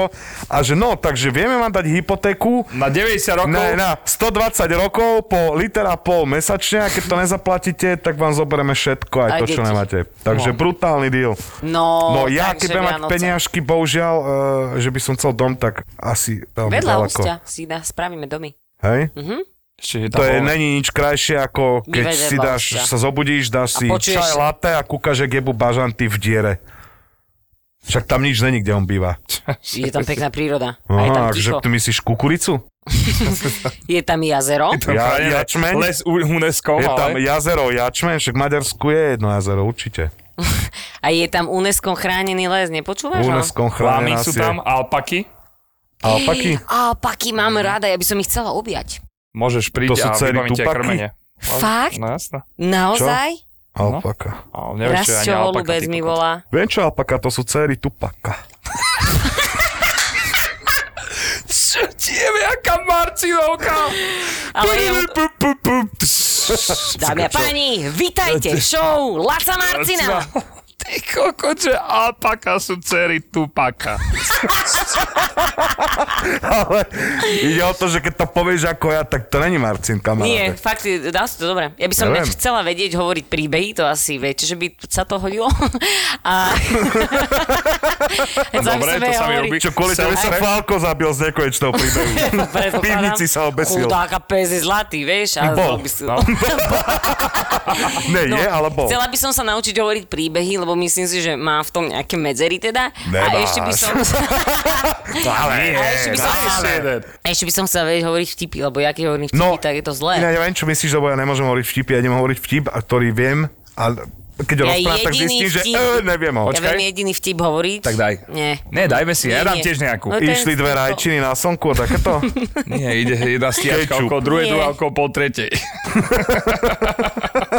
[SPEAKER 3] A že no, takže vieme vám dať hypotéku
[SPEAKER 5] Na 90 rokov?
[SPEAKER 3] ne, na 120 rokov po litera pol mesačne a keď to nezaplatíte, tak vám zoberieme všetko, aj,
[SPEAKER 4] Aj
[SPEAKER 3] to, čo
[SPEAKER 4] deti.
[SPEAKER 3] nemáte. Takže brutálny deal.
[SPEAKER 4] No,
[SPEAKER 3] No ja,
[SPEAKER 4] takže
[SPEAKER 3] keď budem mať
[SPEAKER 4] Vianoce.
[SPEAKER 3] peniažky, bohužiaľ, eh, že by som chcel dom, tak asi veľmi
[SPEAKER 4] Vedľa
[SPEAKER 3] ďaleko.
[SPEAKER 4] ústia si dá, spravíme domy.
[SPEAKER 3] Hej?
[SPEAKER 5] Ešte je tam
[SPEAKER 3] To je,
[SPEAKER 5] hore.
[SPEAKER 3] není nič krajšie, ako keď
[SPEAKER 4] Bývaj
[SPEAKER 3] si
[SPEAKER 4] vedľa
[SPEAKER 3] dáš,
[SPEAKER 4] osťa.
[SPEAKER 3] sa zobudíš, dáš si
[SPEAKER 4] počuješ-
[SPEAKER 3] čaj latte a kúkaš, jak jebu bažanty v diere. Však tam nič není, kde on
[SPEAKER 4] (laughs)
[SPEAKER 3] býva.
[SPEAKER 4] Je
[SPEAKER 3] (laughs)
[SPEAKER 4] tam pekná príroda. A je tam
[SPEAKER 3] Aha,
[SPEAKER 4] ticho.
[SPEAKER 3] že ty myslíš kukuricu?
[SPEAKER 4] Je tam jazero.
[SPEAKER 5] Tam
[SPEAKER 3] Ja-
[SPEAKER 5] chránené
[SPEAKER 3] jačmeň?
[SPEAKER 5] Les u- UNESCO,
[SPEAKER 3] Je tam
[SPEAKER 5] ale...
[SPEAKER 3] jazero, jačmen, však v Maďarsku je jedno jazero, určite.
[SPEAKER 4] A je tam UNESCO chránený les, nepočúvaš? no?
[SPEAKER 3] UNESCO
[SPEAKER 5] Lámy
[SPEAKER 3] chránená
[SPEAKER 5] sú
[SPEAKER 3] si.
[SPEAKER 5] tam, alpaky.
[SPEAKER 3] Alpaky? Mm.
[SPEAKER 4] Alpaky mám rada, ja by som ich chcela objať.
[SPEAKER 5] Môžeš prísť
[SPEAKER 3] To sú
[SPEAKER 5] a
[SPEAKER 3] celí
[SPEAKER 5] vybavím ti aj
[SPEAKER 3] tupaky?
[SPEAKER 5] krmenie.
[SPEAKER 4] Fakt?
[SPEAKER 5] No jasné.
[SPEAKER 4] Naozaj?
[SPEAKER 3] Alpaka.
[SPEAKER 5] Ale neviem,
[SPEAKER 4] Raz
[SPEAKER 5] čo je ani
[SPEAKER 4] čo
[SPEAKER 5] alpaka,
[SPEAKER 4] holubec
[SPEAKER 5] ty
[SPEAKER 4] mi
[SPEAKER 5] kokos.
[SPEAKER 4] volá.
[SPEAKER 3] Viem čo alpaka, to sú cery tupaka. (laughs)
[SPEAKER 5] Čo ti je, jaká Marcinovka?
[SPEAKER 4] Ale ja... Dámy a páni, vitajte, show Laca Marcina.
[SPEAKER 5] Ty kokoče, alpaka sú cery Tupaka.
[SPEAKER 3] Ale ide o to, že keď to povieš ako ja, tak to není Marcin, kamarát.
[SPEAKER 4] Nie, fakt, dal si to dobre. Ja by som
[SPEAKER 3] Ja
[SPEAKER 4] ja
[SPEAKER 3] viem.
[SPEAKER 4] chcela vedieť hovoriť príbehy, to asi viete, že by sa to hodilo. (laughs) A...
[SPEAKER 3] (laughs)
[SPEAKER 4] Chcela by som
[SPEAKER 5] Dobre, to
[SPEAKER 4] vedieť
[SPEAKER 5] sa mi
[SPEAKER 4] hovoriť-
[SPEAKER 5] robí.
[SPEAKER 3] Čo kvôli tebe sa
[SPEAKER 5] Self-rap?
[SPEAKER 3] Falko zabil z nekonečného
[SPEAKER 4] (laughs)
[SPEAKER 3] príbehu.
[SPEAKER 4] Predpokladám,
[SPEAKER 3] V pivnici sa obesil.
[SPEAKER 4] Chudáka pes je zlatý, vieš? A
[SPEAKER 3] Bol.
[SPEAKER 4] by si... (laughs) No,
[SPEAKER 5] No.
[SPEAKER 3] Ne, je, ale bol.
[SPEAKER 4] Chcela by som sa naučiť hovoriť príbehy, lebo myslím si, že má v tom nejaké medzery teda. A
[SPEAKER 3] Nemáš.
[SPEAKER 4] ešte by som... (laughs)
[SPEAKER 3] Ale nie.
[SPEAKER 4] A ešte by som,
[SPEAKER 5] Ešte jeden.
[SPEAKER 4] a ešte by som chcela vedieť hovoriť vtipy, lebo ja keď hovorím vtipy, tak je to zlé.
[SPEAKER 3] No, Ja neviem, čo myslíš, lebo ja nemôžem hovoriť vtipy, ja idem hovoriť vtip, a ktorý viem, ale keď ho
[SPEAKER 4] Ja
[SPEAKER 3] rozprávam, tak
[SPEAKER 4] jediný
[SPEAKER 3] zistím, že
[SPEAKER 4] vtip-
[SPEAKER 3] e, neviem ho.
[SPEAKER 4] Ja viem jediný vtip hovoriť.
[SPEAKER 5] Tak daj.
[SPEAKER 4] Nie.
[SPEAKER 5] Ne, dajme si, ja
[SPEAKER 4] Nie,
[SPEAKER 5] dám
[SPEAKER 4] nie.
[SPEAKER 5] tiež nejakú.
[SPEAKER 4] No,
[SPEAKER 3] Išli dve
[SPEAKER 4] to-
[SPEAKER 3] rajčiny na slnku a
[SPEAKER 4] (laughs)
[SPEAKER 3] takéto?
[SPEAKER 5] Nie, ide jedna stiačka
[SPEAKER 3] Kečup.
[SPEAKER 5] okolo druhej,
[SPEAKER 4] Nie.
[SPEAKER 5] druhá okolo po tretej.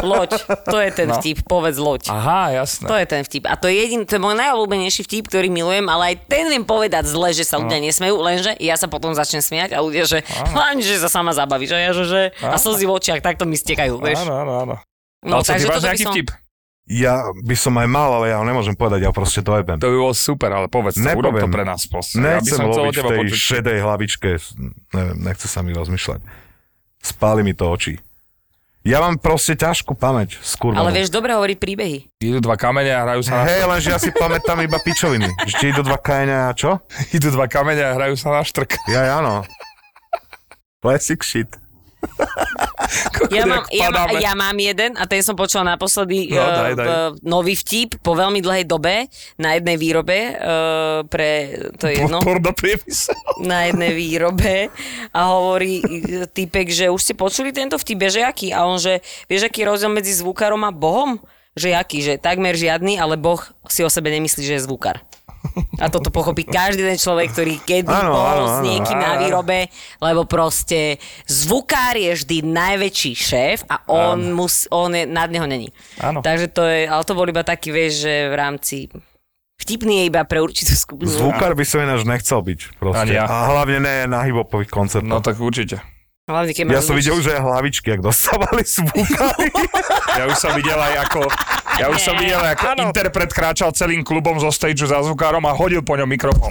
[SPEAKER 4] Loď, to je
[SPEAKER 3] No.
[SPEAKER 4] ten vtip, povedz loď.
[SPEAKER 5] Aha,
[SPEAKER 4] To
[SPEAKER 5] jasné.
[SPEAKER 4] je ten vtip. A to je jediný, to je môj najobľúbenejší vtip, ktorý milujem, ale aj ten viem povedať zle, že
[SPEAKER 5] No.
[SPEAKER 4] sa ľudia nesmejú, lenže ja sa potom začnem smiať a ľudia, že (laughs) ani, že sa sama zabavíš. A ja, že, že a slzy v očiach takto mi stekajú, vieš.
[SPEAKER 5] Áno, áno, áno.
[SPEAKER 4] No,
[SPEAKER 5] Ale čo, ty
[SPEAKER 4] takže
[SPEAKER 5] máš
[SPEAKER 4] toto by
[SPEAKER 5] nejaký
[SPEAKER 4] som...
[SPEAKER 5] vtip?
[SPEAKER 3] Ja by som aj mal, ale ja ho nemôžem povedať, ja proste dojebem.
[SPEAKER 5] To by bolo super, ale povedz to, urob to
[SPEAKER 3] Nepoviem.
[SPEAKER 5] pre nás proste. Ja by
[SPEAKER 3] Nechcem
[SPEAKER 5] som chcel od
[SPEAKER 3] loviť v
[SPEAKER 5] teba
[SPEAKER 3] tej
[SPEAKER 5] počuť.
[SPEAKER 3] šedej hlavičke, s- neviem, nechce sa mi rozmýšľať. Spáli mi to oči. Ja mám proste ťažkú pamäť,
[SPEAKER 5] no.
[SPEAKER 3] skurva.
[SPEAKER 4] Ale vieš, dobre hovorí príbehy.
[SPEAKER 5] Idú dva kamene a hrajú sa na
[SPEAKER 3] Hej, lenže ja si pamätám iba pičoviny. Že ti idú dva kajňa a čo?
[SPEAKER 5] Idú dva kamene a hrajú sa na štrk.
[SPEAKER 3] Ja, ja, no. Classic shit.
[SPEAKER 4] Ja
[SPEAKER 5] Jak
[SPEAKER 4] mám, ja, má,
[SPEAKER 5] padáme.
[SPEAKER 4] ja mám jeden a ten som počul naposledy
[SPEAKER 5] No,
[SPEAKER 4] no,
[SPEAKER 5] daj,
[SPEAKER 4] daj,
[SPEAKER 5] daj.
[SPEAKER 4] nový vtip po veľmi dlhej dobe na jednej výrobe uh, pre to je jedno.
[SPEAKER 5] Porno priemysel.
[SPEAKER 4] na jednej výrobe a hovorí e, typek, že už ste počuli tento vtip, že aký? A on, že vieš, aký je rozdiel medzi zvukárom a Bohom? Že aký? Že takmer žiadny, ale Boh si o sebe nemyslí, že je zvukár. A toto pochopí každý ten človek, ktorý kedy
[SPEAKER 3] Áno,
[SPEAKER 4] bol
[SPEAKER 3] áno,
[SPEAKER 4] s
[SPEAKER 3] áno,
[SPEAKER 4] niekým na výrobe, lebo proste zvukár je vždy najväčší šéf a on, mus, on je, nad neho není.
[SPEAKER 5] Áno.
[SPEAKER 4] Takže to je, ale to bol iba taký, vieš, že v rámci vtipný je iba pre určitú skupinu.
[SPEAKER 3] Zvukár by som ináč nechcel byť proste.
[SPEAKER 5] Ani ja.
[SPEAKER 3] A hlavne ne na hibopových
[SPEAKER 5] No
[SPEAKER 3] koncertoch.
[SPEAKER 5] tak určite.
[SPEAKER 4] Hlavne, keď
[SPEAKER 3] ja
[SPEAKER 4] máš
[SPEAKER 3] som
[SPEAKER 4] zvuč-
[SPEAKER 3] videl, že aj hlavičky, ak dostávali zvukári.
[SPEAKER 5] (laughs) Ja už som videl aj ako... Ja už som videl, ako interpret kráčal celým klubom zo stage za zvukárom a hodil po ňom mikrofón.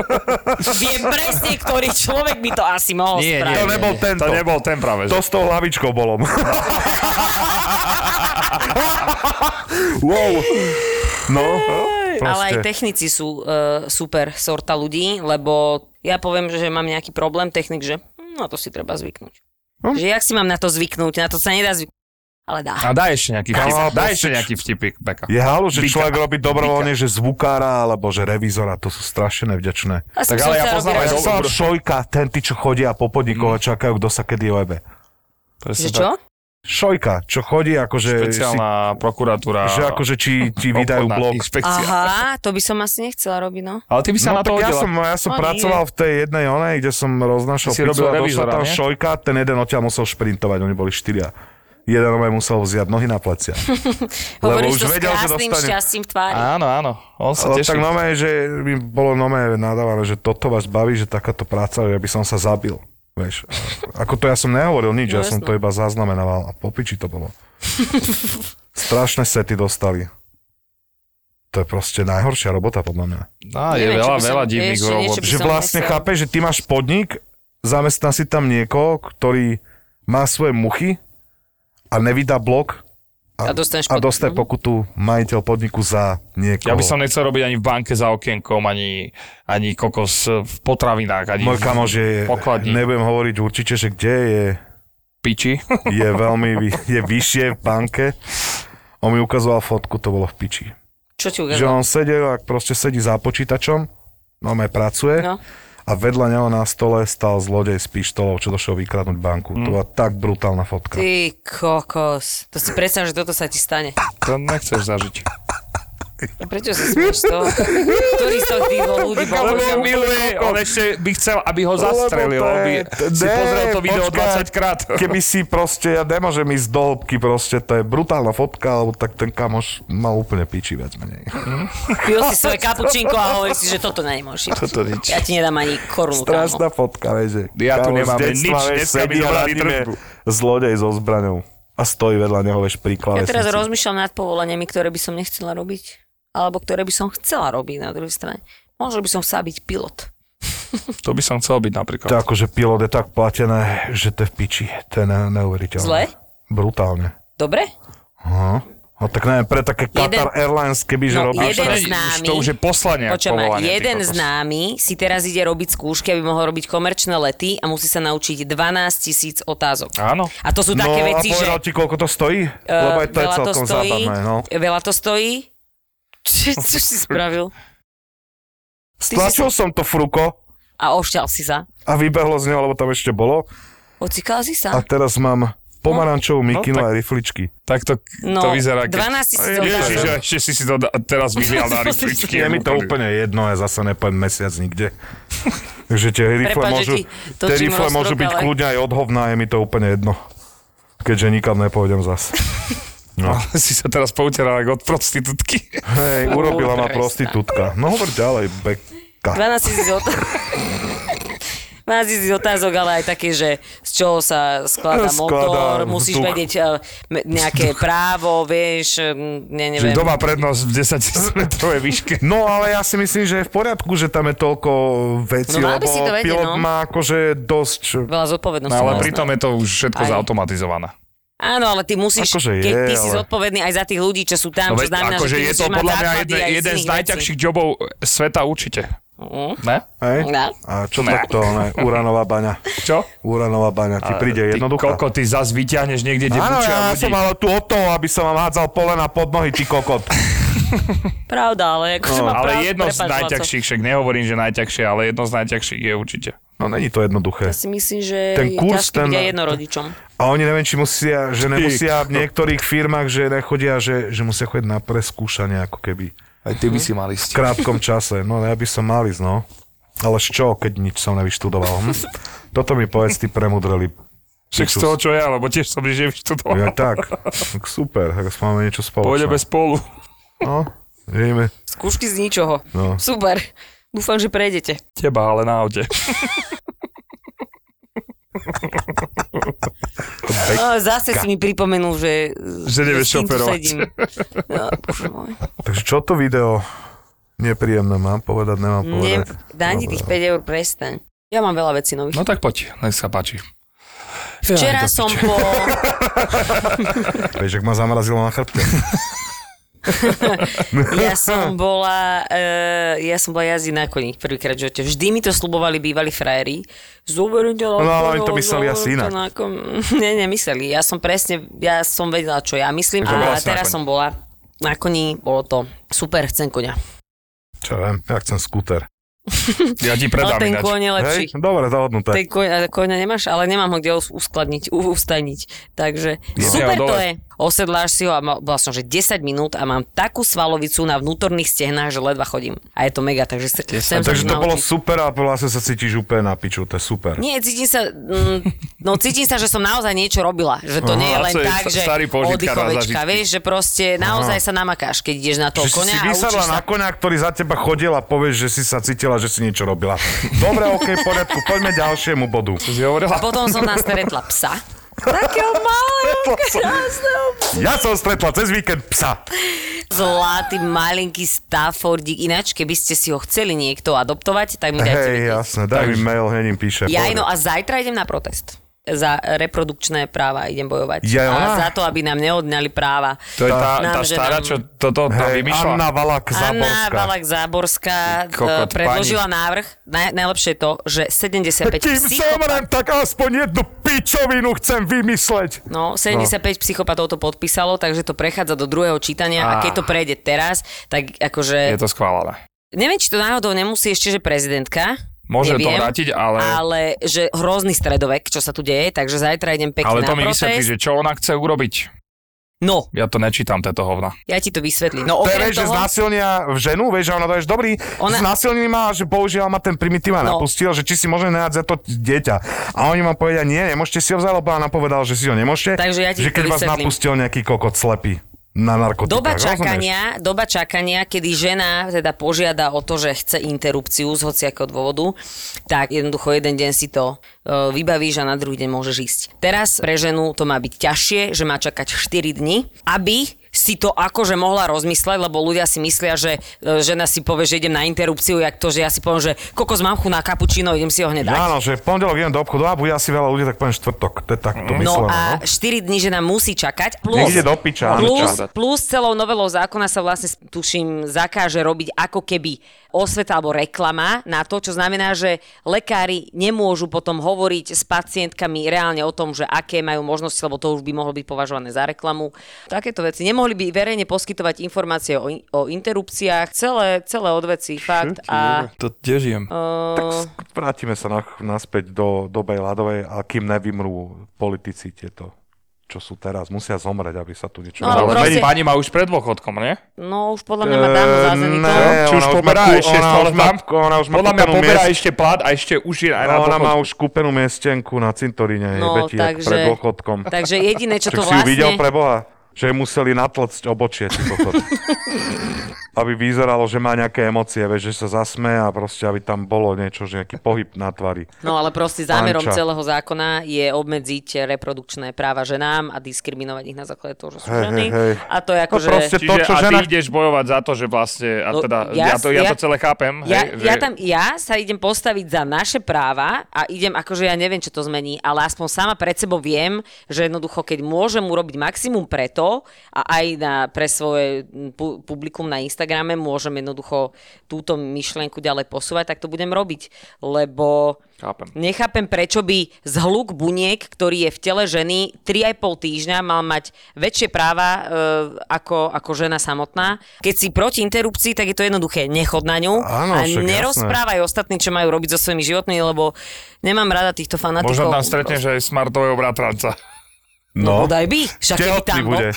[SPEAKER 4] (laughs) Viem presne, ktorý človek by to asi mohol
[SPEAKER 5] Nie, nie,
[SPEAKER 4] spraviť.
[SPEAKER 3] To nebol tento.
[SPEAKER 5] To nebol ten práve.
[SPEAKER 3] To
[SPEAKER 5] Že?
[SPEAKER 3] s tou hlavičkou bolo.
[SPEAKER 5] (laughs)
[SPEAKER 3] wow. No,
[SPEAKER 4] Ale aj
[SPEAKER 3] proste.
[SPEAKER 4] technici sú uh, super sorta ľudí, lebo ja poviem, že mám nejaký problém, technik, že hm, na to si treba zvyknúť.
[SPEAKER 5] No.
[SPEAKER 3] Hm.
[SPEAKER 4] Že jak si mám na to zvyknúť, na to sa nedá zvyknúť. Ale dá.
[SPEAKER 5] A daj ešte nejaký vtip.
[SPEAKER 3] Kámo,
[SPEAKER 5] Daj
[SPEAKER 3] proste-
[SPEAKER 5] ešte nejaký vtipik, Beka.
[SPEAKER 3] Je halu, že
[SPEAKER 5] Bika.
[SPEAKER 3] človek robí dobrovoľne, že zvukára alebo že revizora, to sú strašne nevďačné.
[SPEAKER 4] Asi
[SPEAKER 5] tak
[SPEAKER 4] by som
[SPEAKER 5] ale ja
[SPEAKER 4] chcela
[SPEAKER 5] poznám aj
[SPEAKER 4] robiť-
[SPEAKER 5] do- Mm.
[SPEAKER 3] Som šojka, ten, tí, čo chodia po podnikoch a čakajú, kto sa kedy ojebe.
[SPEAKER 5] Presne
[SPEAKER 4] Že čo?
[SPEAKER 5] tak. e,
[SPEAKER 3] šojka, čo chodí, akože...
[SPEAKER 5] Špeciálna prokuratúra.
[SPEAKER 3] Si, že akože či ti
[SPEAKER 5] obchodná
[SPEAKER 3] vydajú blok.
[SPEAKER 5] Inšpekcia.
[SPEAKER 4] Aha, to by som asi nechcela robiť, no.
[SPEAKER 5] Ale ty by sa
[SPEAKER 3] No
[SPEAKER 5] na to
[SPEAKER 3] to ja
[SPEAKER 5] hodila.
[SPEAKER 3] som, ja som
[SPEAKER 4] No,
[SPEAKER 3] pracoval v tej jednej onej, kde som roznašal
[SPEAKER 5] Ty si
[SPEAKER 3] pizzu a
[SPEAKER 5] robil
[SPEAKER 3] došla
[SPEAKER 5] revizora,
[SPEAKER 3] tam
[SPEAKER 5] nie?
[SPEAKER 3] šojka, ten jeden odtiaľ musel šprintovať, oni boli štyria. Jeden normálne musel vziať nohy na plecia.
[SPEAKER 4] Hovoríš
[SPEAKER 3] už
[SPEAKER 4] to
[SPEAKER 3] vedel,
[SPEAKER 4] s
[SPEAKER 3] že
[SPEAKER 4] krásnym
[SPEAKER 3] dostane-
[SPEAKER 4] šťastím v tvári.
[SPEAKER 5] Áno, áno. On sa
[SPEAKER 3] Ale
[SPEAKER 5] teší.
[SPEAKER 3] tak nové, že mi bolo nové nadávané, že toto vás baví, že takáto práca, že by som sa zabil. Vieš, ako to ja som nehovoril nič,
[SPEAKER 4] No,
[SPEAKER 3] ja som
[SPEAKER 4] jasné.
[SPEAKER 3] to iba zaznamenával a popiči to bolo. Strašné sety dostali. To je proste najhoršia robota podľa mňa.
[SPEAKER 5] Á, No, je
[SPEAKER 4] Neviem, čo
[SPEAKER 5] veľa,
[SPEAKER 4] by som-
[SPEAKER 5] veľa
[SPEAKER 4] vieš,
[SPEAKER 5] divných
[SPEAKER 4] že
[SPEAKER 5] robot.
[SPEAKER 4] niečo by
[SPEAKER 3] Že
[SPEAKER 4] som
[SPEAKER 3] vlastne
[SPEAKER 4] nechcel.
[SPEAKER 3] chápeš, že ty máš podnik, zamestná si tam niekoho, ktorý má svoje muchy a nevydá blok
[SPEAKER 4] A dostaneš
[SPEAKER 3] a
[SPEAKER 4] no. pod-
[SPEAKER 3] dostaj pokutu majiteľ podniku za niekoho.
[SPEAKER 5] Ja by som nechcel robiť ani v banke za okienkom, ani, ani kokos v potravinách, ani
[SPEAKER 3] Môj
[SPEAKER 5] v
[SPEAKER 3] kamoš je,
[SPEAKER 5] pokladni. Ne...
[SPEAKER 3] nebudem hovoriť určite, že kde je,
[SPEAKER 5] Piči. (laughs)
[SPEAKER 3] je veľmi, vy- je vyššie v banke. On mi ukazoval fotku, to bolo v piči.
[SPEAKER 4] Čo ti
[SPEAKER 3] Že
[SPEAKER 4] ukázal?
[SPEAKER 3] on sedel, ak proste sedí za počítačom, no aj pracuje
[SPEAKER 4] No.
[SPEAKER 3] a vedľa neho na stole stal zlodej s pištolou, čo došiel vykradnúť banku.
[SPEAKER 5] Mm.
[SPEAKER 3] To bola tak brutálna fotka.
[SPEAKER 4] Ty kokos. To si predstav, že toto sa ti stane.
[SPEAKER 5] To nechceš zažiť.
[SPEAKER 4] A prečo sa smieš z
[SPEAKER 5] (laughs)
[SPEAKER 4] toho? Ktorý z toho tých dvoch ľudí bol?
[SPEAKER 5] Lebo
[SPEAKER 4] Bože,
[SPEAKER 5] on miluje, on ešte by chcel, aby ho zastrelil.
[SPEAKER 3] Lebo to
[SPEAKER 5] On by
[SPEAKER 3] je-
[SPEAKER 5] si
[SPEAKER 3] Ne,
[SPEAKER 5] pozrel to video
[SPEAKER 3] počkaj.
[SPEAKER 5] 20 krát.
[SPEAKER 3] (laughs)
[SPEAKER 5] (laughs)
[SPEAKER 3] Keby si proste, ja nemôžem ísť do hĺbky, proste to je brutálna fotka, alebo tak ten kamoš mal úplne piči viac menej.
[SPEAKER 4] Pil si svoje kapučinko a hovorí si, že toto nemôžeš.
[SPEAKER 5] Toto nič.
[SPEAKER 4] Ja ti nedám ani korunu, no. kámo.
[SPEAKER 3] Strašná fotka, vieš, že
[SPEAKER 5] Ja tu
[SPEAKER 3] kamoš
[SPEAKER 5] nemám
[SPEAKER 3] z detstva,
[SPEAKER 5] nič,
[SPEAKER 3] vieš,
[SPEAKER 5] dneska mi
[SPEAKER 3] sedí a
[SPEAKER 5] zobrali
[SPEAKER 3] na ním je
[SPEAKER 5] tržbu.
[SPEAKER 3] Zlodej so zbraňou a stojí vedľa neho, vieš, pri
[SPEAKER 4] Ja
[SPEAKER 3] klávesnici.
[SPEAKER 4] teraz rozmýšľam nad povolaniami, ktoré by som nechcela robiť. Alebo ktoré by som chcela robiť na druhej strane. Možno by som chcela byť pilot.
[SPEAKER 5] To by som chcel byť napríklad.
[SPEAKER 3] To je ako, že pilot je tak platené, že to je v piči. To je ne- neuveriteľné.
[SPEAKER 4] Zle?
[SPEAKER 3] Brutálne.
[SPEAKER 4] Dobre?
[SPEAKER 3] Aha. No tak neviem, pre také Qatar Airlines, keby že
[SPEAKER 4] No,
[SPEAKER 3] robíš...
[SPEAKER 4] jeden
[SPEAKER 5] to
[SPEAKER 3] tak-
[SPEAKER 5] nie-
[SPEAKER 4] z námi.
[SPEAKER 5] už to už je poslanie ako
[SPEAKER 4] Počujem ma,
[SPEAKER 5] povolanie, ty
[SPEAKER 4] jeden
[SPEAKER 5] kokos.
[SPEAKER 4] z námi si teraz ide robiť skúšky, aby mohol robiť komerčné lety a musí sa naučiť 12 tisíc otázok.
[SPEAKER 5] Áno.
[SPEAKER 4] A to sú také
[SPEAKER 3] no, a
[SPEAKER 4] veci, že
[SPEAKER 3] povedal ti, koľko to stojí?
[SPEAKER 4] eh,
[SPEAKER 3] Lebo aj to je
[SPEAKER 4] veľa to
[SPEAKER 3] celkom
[SPEAKER 4] stojí,
[SPEAKER 3] zábavné, no.
[SPEAKER 4] veľa to stojí. (laughs) Čo, čo si spravil? Ty si
[SPEAKER 3] Stlačil som to fruko
[SPEAKER 4] a ošťal si sa.
[SPEAKER 3] a vybehlo z neho, lebo tam ešte bolo.
[SPEAKER 4] Ocikal si sa.
[SPEAKER 3] A teraz mám pomarančovú mikinu
[SPEAKER 5] tak-
[SPEAKER 3] a rifličky.
[SPEAKER 5] Tak to,
[SPEAKER 4] No,
[SPEAKER 5] to vyzerá, keď...
[SPEAKER 4] 12 tisíc
[SPEAKER 5] Ježiš,
[SPEAKER 4] otázok.
[SPEAKER 5] ešte si si to da- teraz
[SPEAKER 4] (laughs)
[SPEAKER 5] vyhlial na rýchličky.
[SPEAKER 3] Je mi to úplne jedno, ja zase nepojem mesiac nikde. (laughs) Takže tie rifle
[SPEAKER 4] Prepáč, že
[SPEAKER 3] môžu,
[SPEAKER 4] ti točím
[SPEAKER 3] tie rifle môžu
[SPEAKER 4] rozkrok,
[SPEAKER 3] byť
[SPEAKER 4] ale-
[SPEAKER 3] kľudne aj od hovna, je mi to úplne jedno. Keďže nikam nepôjdem zas. No.
[SPEAKER 5] (laughs) si sa teraz pouteral ako od prostitútky.
[SPEAKER 3] Hej, (laughs) urobila ma
[SPEAKER 4] Trestná.
[SPEAKER 3] prostitútka. No hovor ďalej, beka.
[SPEAKER 4] 12 tisíc (laughs) otázok. 12 tisíc otázok, ale aj také, že z čoho sa skladá
[SPEAKER 3] Skladá
[SPEAKER 4] motor, musíš
[SPEAKER 3] vzduch.
[SPEAKER 4] vedieť eh, me-
[SPEAKER 5] (laughs)
[SPEAKER 4] nejaké právo, vieš, eh, ne, neviem.
[SPEAKER 5] Že doma prednosť v 10 metrovej výške.
[SPEAKER 3] No ale ja si myslím, že je v poriadku, že tam je toľko vecí,
[SPEAKER 4] No mal by
[SPEAKER 3] lebo
[SPEAKER 4] si to vedieť,
[SPEAKER 3] pilot
[SPEAKER 4] no.
[SPEAKER 3] má akože dosť...
[SPEAKER 4] Veľa zodpovedností.
[SPEAKER 5] No, ale
[SPEAKER 4] má.
[SPEAKER 5] pritom je to už všetko
[SPEAKER 4] Aj.
[SPEAKER 5] zautomatizované.
[SPEAKER 4] Áno, ale ty musíš,
[SPEAKER 3] Akože
[SPEAKER 4] keď
[SPEAKER 3] je,
[SPEAKER 4] ty si
[SPEAKER 3] ale-
[SPEAKER 4] zodpovedný aj za tých ľudí, čo sú tam,
[SPEAKER 5] No,
[SPEAKER 4] čo
[SPEAKER 5] veď,
[SPEAKER 4] znamená,
[SPEAKER 5] akože
[SPEAKER 4] že ty
[SPEAKER 5] je
[SPEAKER 4] musíš
[SPEAKER 5] to
[SPEAKER 4] mať
[SPEAKER 5] podľa mňa
[SPEAKER 4] základy
[SPEAKER 5] jeden,
[SPEAKER 4] aj
[SPEAKER 5] jeden z
[SPEAKER 4] iných
[SPEAKER 5] najťažších jobov sveta určite.
[SPEAKER 4] vecí. Mm.
[SPEAKER 5] Ne?
[SPEAKER 3] Hej?
[SPEAKER 4] No.
[SPEAKER 3] A čo
[SPEAKER 5] Ne.
[SPEAKER 3] takto, ne? Uranová baňa.
[SPEAKER 5] Čo?
[SPEAKER 3] Uranová baňa, ti príde
[SPEAKER 5] Ty,
[SPEAKER 3] jednoduchá.
[SPEAKER 5] koľko ty zas vyťahneš niekde, kde
[SPEAKER 3] Áno,
[SPEAKER 5] bučia
[SPEAKER 3] ja
[SPEAKER 5] ľudí.
[SPEAKER 3] som ale tu o to, aby som vám hádzal polena pod nohy, ty kokot.
[SPEAKER 4] Pravda, ale akože no, má
[SPEAKER 5] Ale
[SPEAKER 4] pravdu,
[SPEAKER 5] jedno z
[SPEAKER 4] prepáč, Laco.
[SPEAKER 5] najťažších, však nehovorím, že najťažšie, ale jedno z najťažších je určite.
[SPEAKER 3] No není to jednoduché.
[SPEAKER 4] Ja si myslím, že
[SPEAKER 3] Ten
[SPEAKER 4] je
[SPEAKER 3] kurz,
[SPEAKER 4] ťažké
[SPEAKER 3] ten-
[SPEAKER 4] byť aj jednorodičom.
[SPEAKER 3] A oni neviem, či musia, že nemusia v niektorých firmách, že nechodia, že, že musia chodiť na preskúšanie ako keby
[SPEAKER 5] Aj ty by si mal
[SPEAKER 3] v
[SPEAKER 5] ísť.
[SPEAKER 3] krátkom čase. No ja by som mal ísť, no. Ale z čo, keď nič som nevyštudoval? Hm? Toto mi povedz, ty premudreli.
[SPEAKER 5] Však z toho, čo ja, lebo tiež som
[SPEAKER 3] Ja
[SPEAKER 5] že vyštudoval.
[SPEAKER 3] tak, tak super, tak aspoň máme niečo spoločné.
[SPEAKER 5] Pôjdeme spolu.
[SPEAKER 3] No, ideme.
[SPEAKER 4] Skúšky z ničoho.
[SPEAKER 3] No.
[SPEAKER 4] Super. Dúfam, že prejdete.
[SPEAKER 5] Teba, ale na aute.
[SPEAKER 4] No, zase si mi pripomenul, že...
[SPEAKER 5] Že
[SPEAKER 4] s kým
[SPEAKER 5] nevieš
[SPEAKER 4] tu
[SPEAKER 5] šoferovať.
[SPEAKER 3] (laughs)
[SPEAKER 4] sedím. No, bože môj.
[SPEAKER 3] Takže čo to video nepríjemné mám povedať, nemám
[SPEAKER 4] Ne,
[SPEAKER 3] povedať?
[SPEAKER 4] daj ti
[SPEAKER 3] Dobre.
[SPEAKER 4] tých 5 eur, prestaň. Ja mám veľa vecí nových.
[SPEAKER 5] No tak poď, nech sa páči.
[SPEAKER 4] Včera
[SPEAKER 5] Ja,
[SPEAKER 4] som po...
[SPEAKER 3] (laughs) Vieš, ak ma zamrazilo na chrbte.
[SPEAKER 4] Ja som bola... Uh, ja som bola jazdiť na koni prvýkrát v živote. Vždy mi to slubovali bývalí frajeri. Zoberiem ťa na
[SPEAKER 3] No, ale
[SPEAKER 4] koňa,
[SPEAKER 3] oni to mysleli
[SPEAKER 4] zoberiem
[SPEAKER 3] asi
[SPEAKER 4] ťa
[SPEAKER 3] inak.
[SPEAKER 4] na kon- (laughs) Nie, nemysleli. Ja som presne... Ja som vedela, čo ja myslím.
[SPEAKER 5] Takže bola
[SPEAKER 4] A
[SPEAKER 5] si na
[SPEAKER 4] teraz
[SPEAKER 5] koni.
[SPEAKER 4] som bola na koni. Bolo to super, chcem konia.
[SPEAKER 3] Čo viem, ja chcem skúter.
[SPEAKER 5] Ja ti
[SPEAKER 4] Ale No,
[SPEAKER 5] predám
[SPEAKER 4] ten
[SPEAKER 5] ináč.
[SPEAKER 4] kôň je lepší.
[SPEAKER 3] Hej, dobre, dohodnuté.
[SPEAKER 4] Tej koňa, koňa nemáš, ale nemám ho kde us- uskladniť, u- ustajniť. Takže
[SPEAKER 5] Ja
[SPEAKER 4] super
[SPEAKER 5] ho dole.
[SPEAKER 4] to je. Osedláš si ho a mal, bola som, že 10 minút a mám takú svalovicu na vnútorných stehnách, že ledva chodím. A je to mega, takže sa- chcem sa
[SPEAKER 3] Takže to
[SPEAKER 4] naučiť.
[SPEAKER 3] bolo super a vlastne sa cítiš úplne na piču, to je super.
[SPEAKER 4] Nie, cítim sa, mm, no cítim sa, že som naozaj niečo robila. Že to
[SPEAKER 5] Aha,
[SPEAKER 4] nie je len
[SPEAKER 5] to je
[SPEAKER 4] tak,
[SPEAKER 5] sta-
[SPEAKER 4] že
[SPEAKER 5] starý požitkár na
[SPEAKER 4] oddychovečka,
[SPEAKER 5] zážitky.
[SPEAKER 4] vieš, že proste naozaj sa namakáš, keď ideš na toho
[SPEAKER 3] Že si si
[SPEAKER 4] konia a učíš
[SPEAKER 3] vysadla
[SPEAKER 4] sa.
[SPEAKER 3] na konia, ktorý za teba chodil a povieš, že si sa cítila, že si niečo robila. Dobre, ok, v poriadku, poďme ďalšiemu bodu.
[SPEAKER 5] Si hovorila?
[SPEAKER 4] A potom som tam stretla psa. Takého malého, krásneho
[SPEAKER 3] Ja som stretla cez víkend psa.
[SPEAKER 4] Zlatý, malinký Staffordík. Ináč, keby ste si ho chceli niekto adoptovať, tak mi dajte
[SPEAKER 3] Hej,
[SPEAKER 4] vedieť.
[SPEAKER 3] jasné, daj mi mail, hneď im píše.
[SPEAKER 4] Ja no
[SPEAKER 3] pohode.
[SPEAKER 4] a zajtra idem na protest. Za reprodukčné práva idem bojovať.
[SPEAKER 3] Ja, ona?
[SPEAKER 4] a za to, aby nám neodňali práva.
[SPEAKER 5] To je tá,
[SPEAKER 4] Nám,
[SPEAKER 5] tá
[SPEAKER 4] že
[SPEAKER 5] stará,
[SPEAKER 4] nám-
[SPEAKER 5] čo toto tá
[SPEAKER 3] Hej,
[SPEAKER 5] vymýšľa?
[SPEAKER 3] Anna Valak
[SPEAKER 4] Anna
[SPEAKER 3] Záborská.
[SPEAKER 4] Valak Záborská
[SPEAKER 5] Ty kokot,
[SPEAKER 4] eh, predložila návrh. Naj, najlepšie je to, že 75
[SPEAKER 3] Kým
[SPEAKER 4] psychopat,
[SPEAKER 3] zomrem, tak aspoň jednu pičovinu chcem vymysleť.
[SPEAKER 4] no, 75 psychopatov to podpísalo, takže to prechádza do druhého čítania a,
[SPEAKER 5] Á.
[SPEAKER 4] keď to prejde teraz, tak akože...
[SPEAKER 5] Ah. Je to skválené.
[SPEAKER 4] Neviem, či to náhodou nemusí ešte, že prezidentka.
[SPEAKER 5] Môže to
[SPEAKER 4] Neviem,
[SPEAKER 5] vrátiť, ale-
[SPEAKER 4] Ale že hrozný stredovek, čo sa tu deje, takže zajtra idem pekne
[SPEAKER 5] Ale to
[SPEAKER 4] na
[SPEAKER 5] mi
[SPEAKER 4] protest.
[SPEAKER 5] vysvetlí, že čo ona chce urobiť.
[SPEAKER 4] No,
[SPEAKER 5] Ja to nečítam, tieto hovna.
[SPEAKER 4] ja ti to vysvetlím.
[SPEAKER 3] To
[SPEAKER 4] No
[SPEAKER 3] je,
[SPEAKER 4] okrem
[SPEAKER 3] vieš, že
[SPEAKER 4] toho...
[SPEAKER 3] znásilnia v ženu, vieš, a ona to je, že dobrý,
[SPEAKER 4] Ona-
[SPEAKER 3] ona... znásilní ma, že bohužiaľ ma ten primitíva no.
[SPEAKER 4] No.
[SPEAKER 3] napustil, že či si môže nájsť za to dieťa. A oni ma povedia, nie, nemôžete si ho vzať, lebo ona povedala, že si ho nemôžete.
[SPEAKER 4] Takže ja ti
[SPEAKER 3] že
[SPEAKER 4] to
[SPEAKER 3] keď vás
[SPEAKER 4] vysvetlím.
[SPEAKER 3] napustil nejaký kokot slepý na narkotikách.
[SPEAKER 4] Doba
[SPEAKER 3] rozumieš?
[SPEAKER 4] čakania, doba čakania, kedy žena teda požiada o to, že chce interrupciu z hociakého dôvodu, tak jednoducho jeden deň si to e, vybavíš a na druhý deň môžeš ísť. Teraz pre ženu to má byť ťažšie, že má čakať 4 dní, aby si to akože mohla rozmysleť, lebo ľudia si myslia, že e, žena si povie, že idem na interrupciu, jak to, že ja si poviem, že kokos mám chu na kapučino, idem si ho hneď dať.
[SPEAKER 3] Áno, no, že v pondelok idem do obchodu a bude asi veľa ľudí, tak poviem štvrtok. To je takto
[SPEAKER 4] No
[SPEAKER 3] myslené.
[SPEAKER 4] a
[SPEAKER 3] No
[SPEAKER 4] 4 dní žena musí čakať.
[SPEAKER 3] Nech
[SPEAKER 4] Plus,
[SPEAKER 3] ide do piča, áno,
[SPEAKER 4] plus,
[SPEAKER 5] čakať.
[SPEAKER 4] plus celou novelou zákona sa vlastne, tuším, zakáže robiť ako keby osveta alebo reklama na to, čo znamená, že lekári nemôžu potom hovoriť s pacientkami reálne o tom, že aké majú možnosti, lebo to už by mohlo byť považované za reklamu. Takéto veci. Nemohli by verejne poskytovať informácie o, in- o interrupciách. Celé, celé odveci, fakt. A
[SPEAKER 5] To kde žijem?
[SPEAKER 3] tak s- vrátime sa na, naspäť do dobe ľadovej a kým nevymrú politici tieto čo sú teraz, musia zomrieť, aby sa tu niečo...
[SPEAKER 4] No, ale
[SPEAKER 5] Ale
[SPEAKER 4] proste-
[SPEAKER 5] pani- pani má už pred dôchodkom, nie?
[SPEAKER 4] no už podľa mňa má dávno
[SPEAKER 3] Eh,
[SPEAKER 4] zázený
[SPEAKER 3] ne,
[SPEAKER 4] to.
[SPEAKER 5] Či
[SPEAKER 3] ona
[SPEAKER 5] už
[SPEAKER 3] už má
[SPEAKER 5] poberá
[SPEAKER 3] ku-
[SPEAKER 5] ešte
[SPEAKER 3] ona
[SPEAKER 5] stále
[SPEAKER 3] už má-
[SPEAKER 5] tam?
[SPEAKER 3] ona už má
[SPEAKER 5] Podľa mňa
[SPEAKER 3] kúpenú
[SPEAKER 5] poberá
[SPEAKER 3] miest-
[SPEAKER 5] ešte plat a ešte už je aj na
[SPEAKER 3] No, ona má
[SPEAKER 5] dôchodku.
[SPEAKER 3] už kúpenú miestenku na cintoríne, no, Betty, takže, pred dôchodkom.
[SPEAKER 4] takže jediné, čo
[SPEAKER 3] Však
[SPEAKER 4] to
[SPEAKER 3] si ju videl
[SPEAKER 4] vlastne...
[SPEAKER 3] pre Boha, že jej museli natlcť obočie, ty
[SPEAKER 4] (laughs)
[SPEAKER 3] kokot. aby vyzeralo, že má nejaké emócie, vieš, že sa zasme a proste, aby tam bolo niečo, že nejaký pohyb na tvári.
[SPEAKER 4] No ale proste zámerom
[SPEAKER 3] Panča.
[SPEAKER 4] celého zákona je obmedziť reprodukčné práva ženám a diskriminovať ich na základe toho, že sú
[SPEAKER 3] Hej,
[SPEAKER 4] ženy.
[SPEAKER 3] hej, hej.
[SPEAKER 4] A to je ako,
[SPEAKER 3] No
[SPEAKER 4] že...
[SPEAKER 3] proste
[SPEAKER 5] Čiže
[SPEAKER 3] to, čo
[SPEAKER 5] a ty
[SPEAKER 3] žena...
[SPEAKER 5] ideš bojovať za to, že vlastne, a
[SPEAKER 4] No,
[SPEAKER 5] teda,
[SPEAKER 4] ja-
[SPEAKER 5] ja, to, ja, to
[SPEAKER 4] ja-
[SPEAKER 5] celé chápem,
[SPEAKER 4] Ja,
[SPEAKER 5] hej,
[SPEAKER 4] ja,
[SPEAKER 5] že-
[SPEAKER 4] tam, ja sa idem postaviť za naše práva a idem, akože ja neviem, čo to zmení, ale aspoň sama pred sebou viem, že jednoducho, keď môžem urobiť maximum preto a aj na, pre svoje mm, pu- publikum na Instagrame môžem jednoducho túto myšlienku ďalej posúvať, tak to budem robiť, lebo
[SPEAKER 5] Chápem.
[SPEAKER 4] nechápem, prečo by zhluk buniek, ktorý je v tele ženy 3,5 týždňa mal mať väčšie práva e, ako, ako žena samotná. Keď si proti interrupcii, tak je to jednoduché. Nechod na ňu
[SPEAKER 3] Áno,
[SPEAKER 4] a
[SPEAKER 3] však jasné.
[SPEAKER 4] nerozprávaj ostatní, čo majú robiť so svojimi životmi, lebo nemám rada týchto fanatikov.
[SPEAKER 5] Možno tam stretneš aj smartového bratranca.
[SPEAKER 4] No, daj no. by. Však keby tam
[SPEAKER 3] tehotný
[SPEAKER 4] bol,
[SPEAKER 3] bude.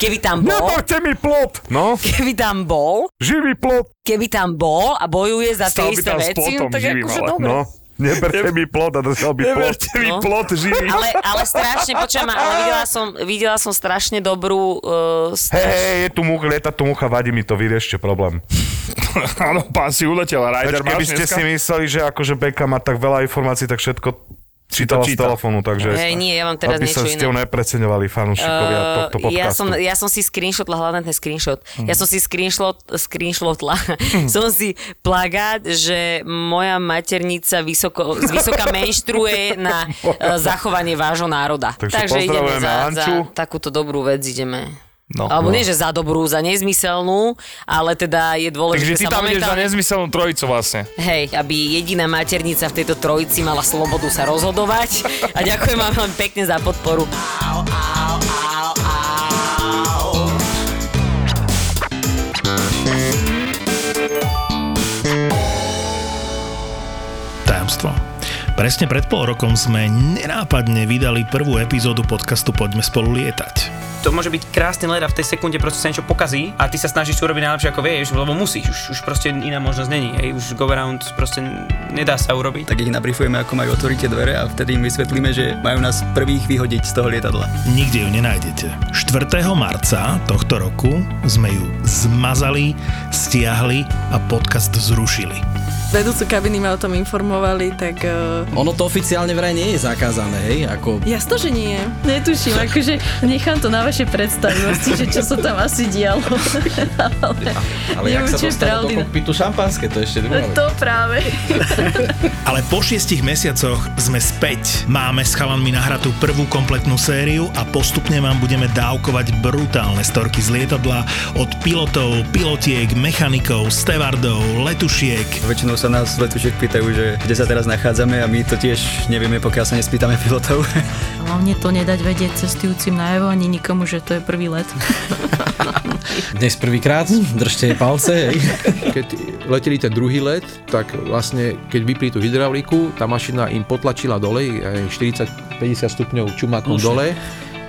[SPEAKER 4] keby tam
[SPEAKER 5] No,
[SPEAKER 4] bol,
[SPEAKER 3] Neberte No, mi plot! No,
[SPEAKER 4] keby tam bol,
[SPEAKER 3] živý plot!
[SPEAKER 4] keby tam bol a bojuje za tie
[SPEAKER 5] Stal by
[SPEAKER 4] isté
[SPEAKER 5] tam s
[SPEAKER 4] veci, no
[SPEAKER 5] plotom
[SPEAKER 4] tak
[SPEAKER 5] živým,
[SPEAKER 4] akože
[SPEAKER 5] ale-
[SPEAKER 4] dobre.
[SPEAKER 3] No, neberte mi plot a dostal by plot.
[SPEAKER 5] mi
[SPEAKER 4] No.
[SPEAKER 5] plot živý.
[SPEAKER 4] Ale, ale strašne, počujem, ma, ale videla som, videla som strašne dobrú... Uh,
[SPEAKER 3] Hej,
[SPEAKER 4] straš...
[SPEAKER 3] hej, je tu much, lieta tu mucha, vadí mi to, vyriešte problém.
[SPEAKER 5] Áno, pán si uletel,
[SPEAKER 3] Veď
[SPEAKER 5] Ryder
[SPEAKER 3] keby
[SPEAKER 5] máš
[SPEAKER 3] ste
[SPEAKER 5] dneska?
[SPEAKER 3] si mysleli, že akože Beka má tak veľa informácií, tak všetko čítala z
[SPEAKER 5] číta.
[SPEAKER 3] telefónu, takže...
[SPEAKER 4] Hej, nie, ja mám teraz
[SPEAKER 3] aby sa
[SPEAKER 4] niečo
[SPEAKER 3] ste ju
[SPEAKER 4] iné.
[SPEAKER 3] nepreceňovali fanúšikovia
[SPEAKER 4] Eh,
[SPEAKER 3] tohto podcastu.
[SPEAKER 4] ja, som, ja som si screenshotla, hľadám ten screenshot. Ja som si screenshot, screenshotla,
[SPEAKER 5] Mhm.
[SPEAKER 4] (laughs) som si plagát, že moja maternica vysoko, z
[SPEAKER 5] (laughs)
[SPEAKER 4] vysoka menštruje na eh, zachovanie vášho národa.
[SPEAKER 3] Takže
[SPEAKER 4] ideme
[SPEAKER 3] pozdravujeme
[SPEAKER 4] za, za
[SPEAKER 3] Anču.
[SPEAKER 4] takúto dobrú vec, ideme.
[SPEAKER 5] No.
[SPEAKER 4] Alebo
[SPEAKER 5] No.
[SPEAKER 4] nie, že za dobrú, za nezmyselnú, ale teda je dôležité
[SPEAKER 5] Takže ty
[SPEAKER 4] sa
[SPEAKER 5] tam ideš za
[SPEAKER 4] momentálne-
[SPEAKER 5] nezmyselnú trojicu vlastne.
[SPEAKER 4] Hej, aby jediná maternica v tejto trojici mala slobodu sa rozhodovať. A ďakujem vám veľmi pekne za podporu.
[SPEAKER 2] Presne pred pol rokom sme nenápadne vydali prvú epizódu podcastu Poďme spolu lietať.
[SPEAKER 6] to môže byť krásny led a v tej sekunde proste sa niečo pokazí a ty sa snažíš to urobiť najlepšie ako vieš, lebo musíš, už, už proste iná možnosť není, hej, už go around proste nedá sa urobiť. Tak
[SPEAKER 7] tak ich nabrifujeme, ako majú otvoriť tie dvere a vtedy im vysvetlíme, že majú nás prvých vyhodiť z toho lietadla.
[SPEAKER 2] Nikde ju nenájdete. 4. marca tohto roku sme ju zmazali, stiahli a podcast zrušili.
[SPEAKER 8] Vedúcu kabiny ma o tom informovali, tak... Uh,
[SPEAKER 9] Ono to oficiálne vraj nie je zakázané, hej? Ako...
[SPEAKER 8] jasno, že nie. Netuším, akože nechám to na vašej predstavivosti, že čo sa tam asi dialo. ale,
[SPEAKER 9] (laughs) Ale jak sa
[SPEAKER 8] neviem, čo
[SPEAKER 9] dostalo do
[SPEAKER 8] je pravdy. no.
[SPEAKER 9] kokpitu šampanské, to je ešte druhá vec.
[SPEAKER 8] To práve.
[SPEAKER 2] Ale po šiestich mesiacoch sme späť. Máme s chalanmi nahratú prvú kompletnú sériu a postupne vám budeme dávkovať brutálne storky z lietadla od pilotov, pilotiek, mechanikov, stevardov, letušiek.
[SPEAKER 7] Väčšinou sa nás letušiek pýtajú, že kde sa teraz nachádzame a my to tiež nevieme, pokiaľ sa nespýtame pilotov.
[SPEAKER 8] Hlavne to nedať vedieť cestujúcim najevo ani nikomu, že to je prvý let.
[SPEAKER 9] (laughs) Dnes prvýkrát, držte jej palce, hej?
[SPEAKER 10] Keď leteli ten druhý let, tak vlastne, keď vypli tú hydrauliku, tá mašina im potlačila dole, eh, 40-50 stupňov čumakom dole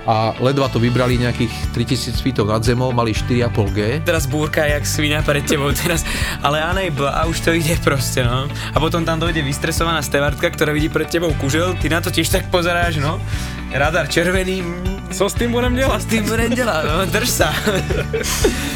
[SPEAKER 10] a ledva to vybrali nejakých 3000 feetov nad zemou, mali 4,5 G.
[SPEAKER 6] teraz búrka jak svinia pred tebou teraz, ale a nejbla a už to ide proste, no. A potom tam dojde vystresovaná stevartka, ktorá vidí pred tebou kužel, ty na to tiež tak pozeráš, no. Radar červený, mm, co s tým budem dělat? S tým budem dělat, no, drž sa.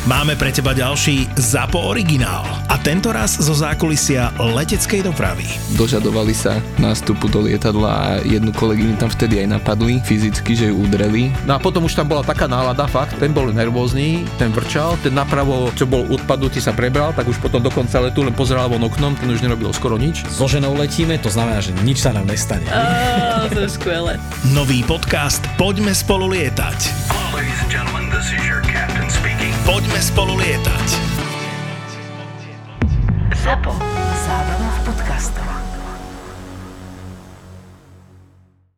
[SPEAKER 2] Máme pre teba ďalší ZAPO originál. A tento raz zo zákulisia leteckej dopravy.
[SPEAKER 11] Dožadovali sa nástupu do lietadla a jednu kolegyňu tam vtedy aj napadli fyzicky, že ju udreli.
[SPEAKER 10] No a potom už tam bola taká nálada, fakt, ten bol nervózny, ten vrčal, ten napravo, čo bol odpadnutý, sa prebral, tak už potom do konca letu len pozeral von oknom, ten už nerobil skoro nič.
[SPEAKER 9] So ženou letíme, to znamená, že nič sa nám nestane.
[SPEAKER 8] Oh, to je skvelé.
[SPEAKER 2] Nový podcast Poďme spolu lietať. Poďme spolu lietať.
[SPEAKER 1] Zapo. Zábrná v podcastovách.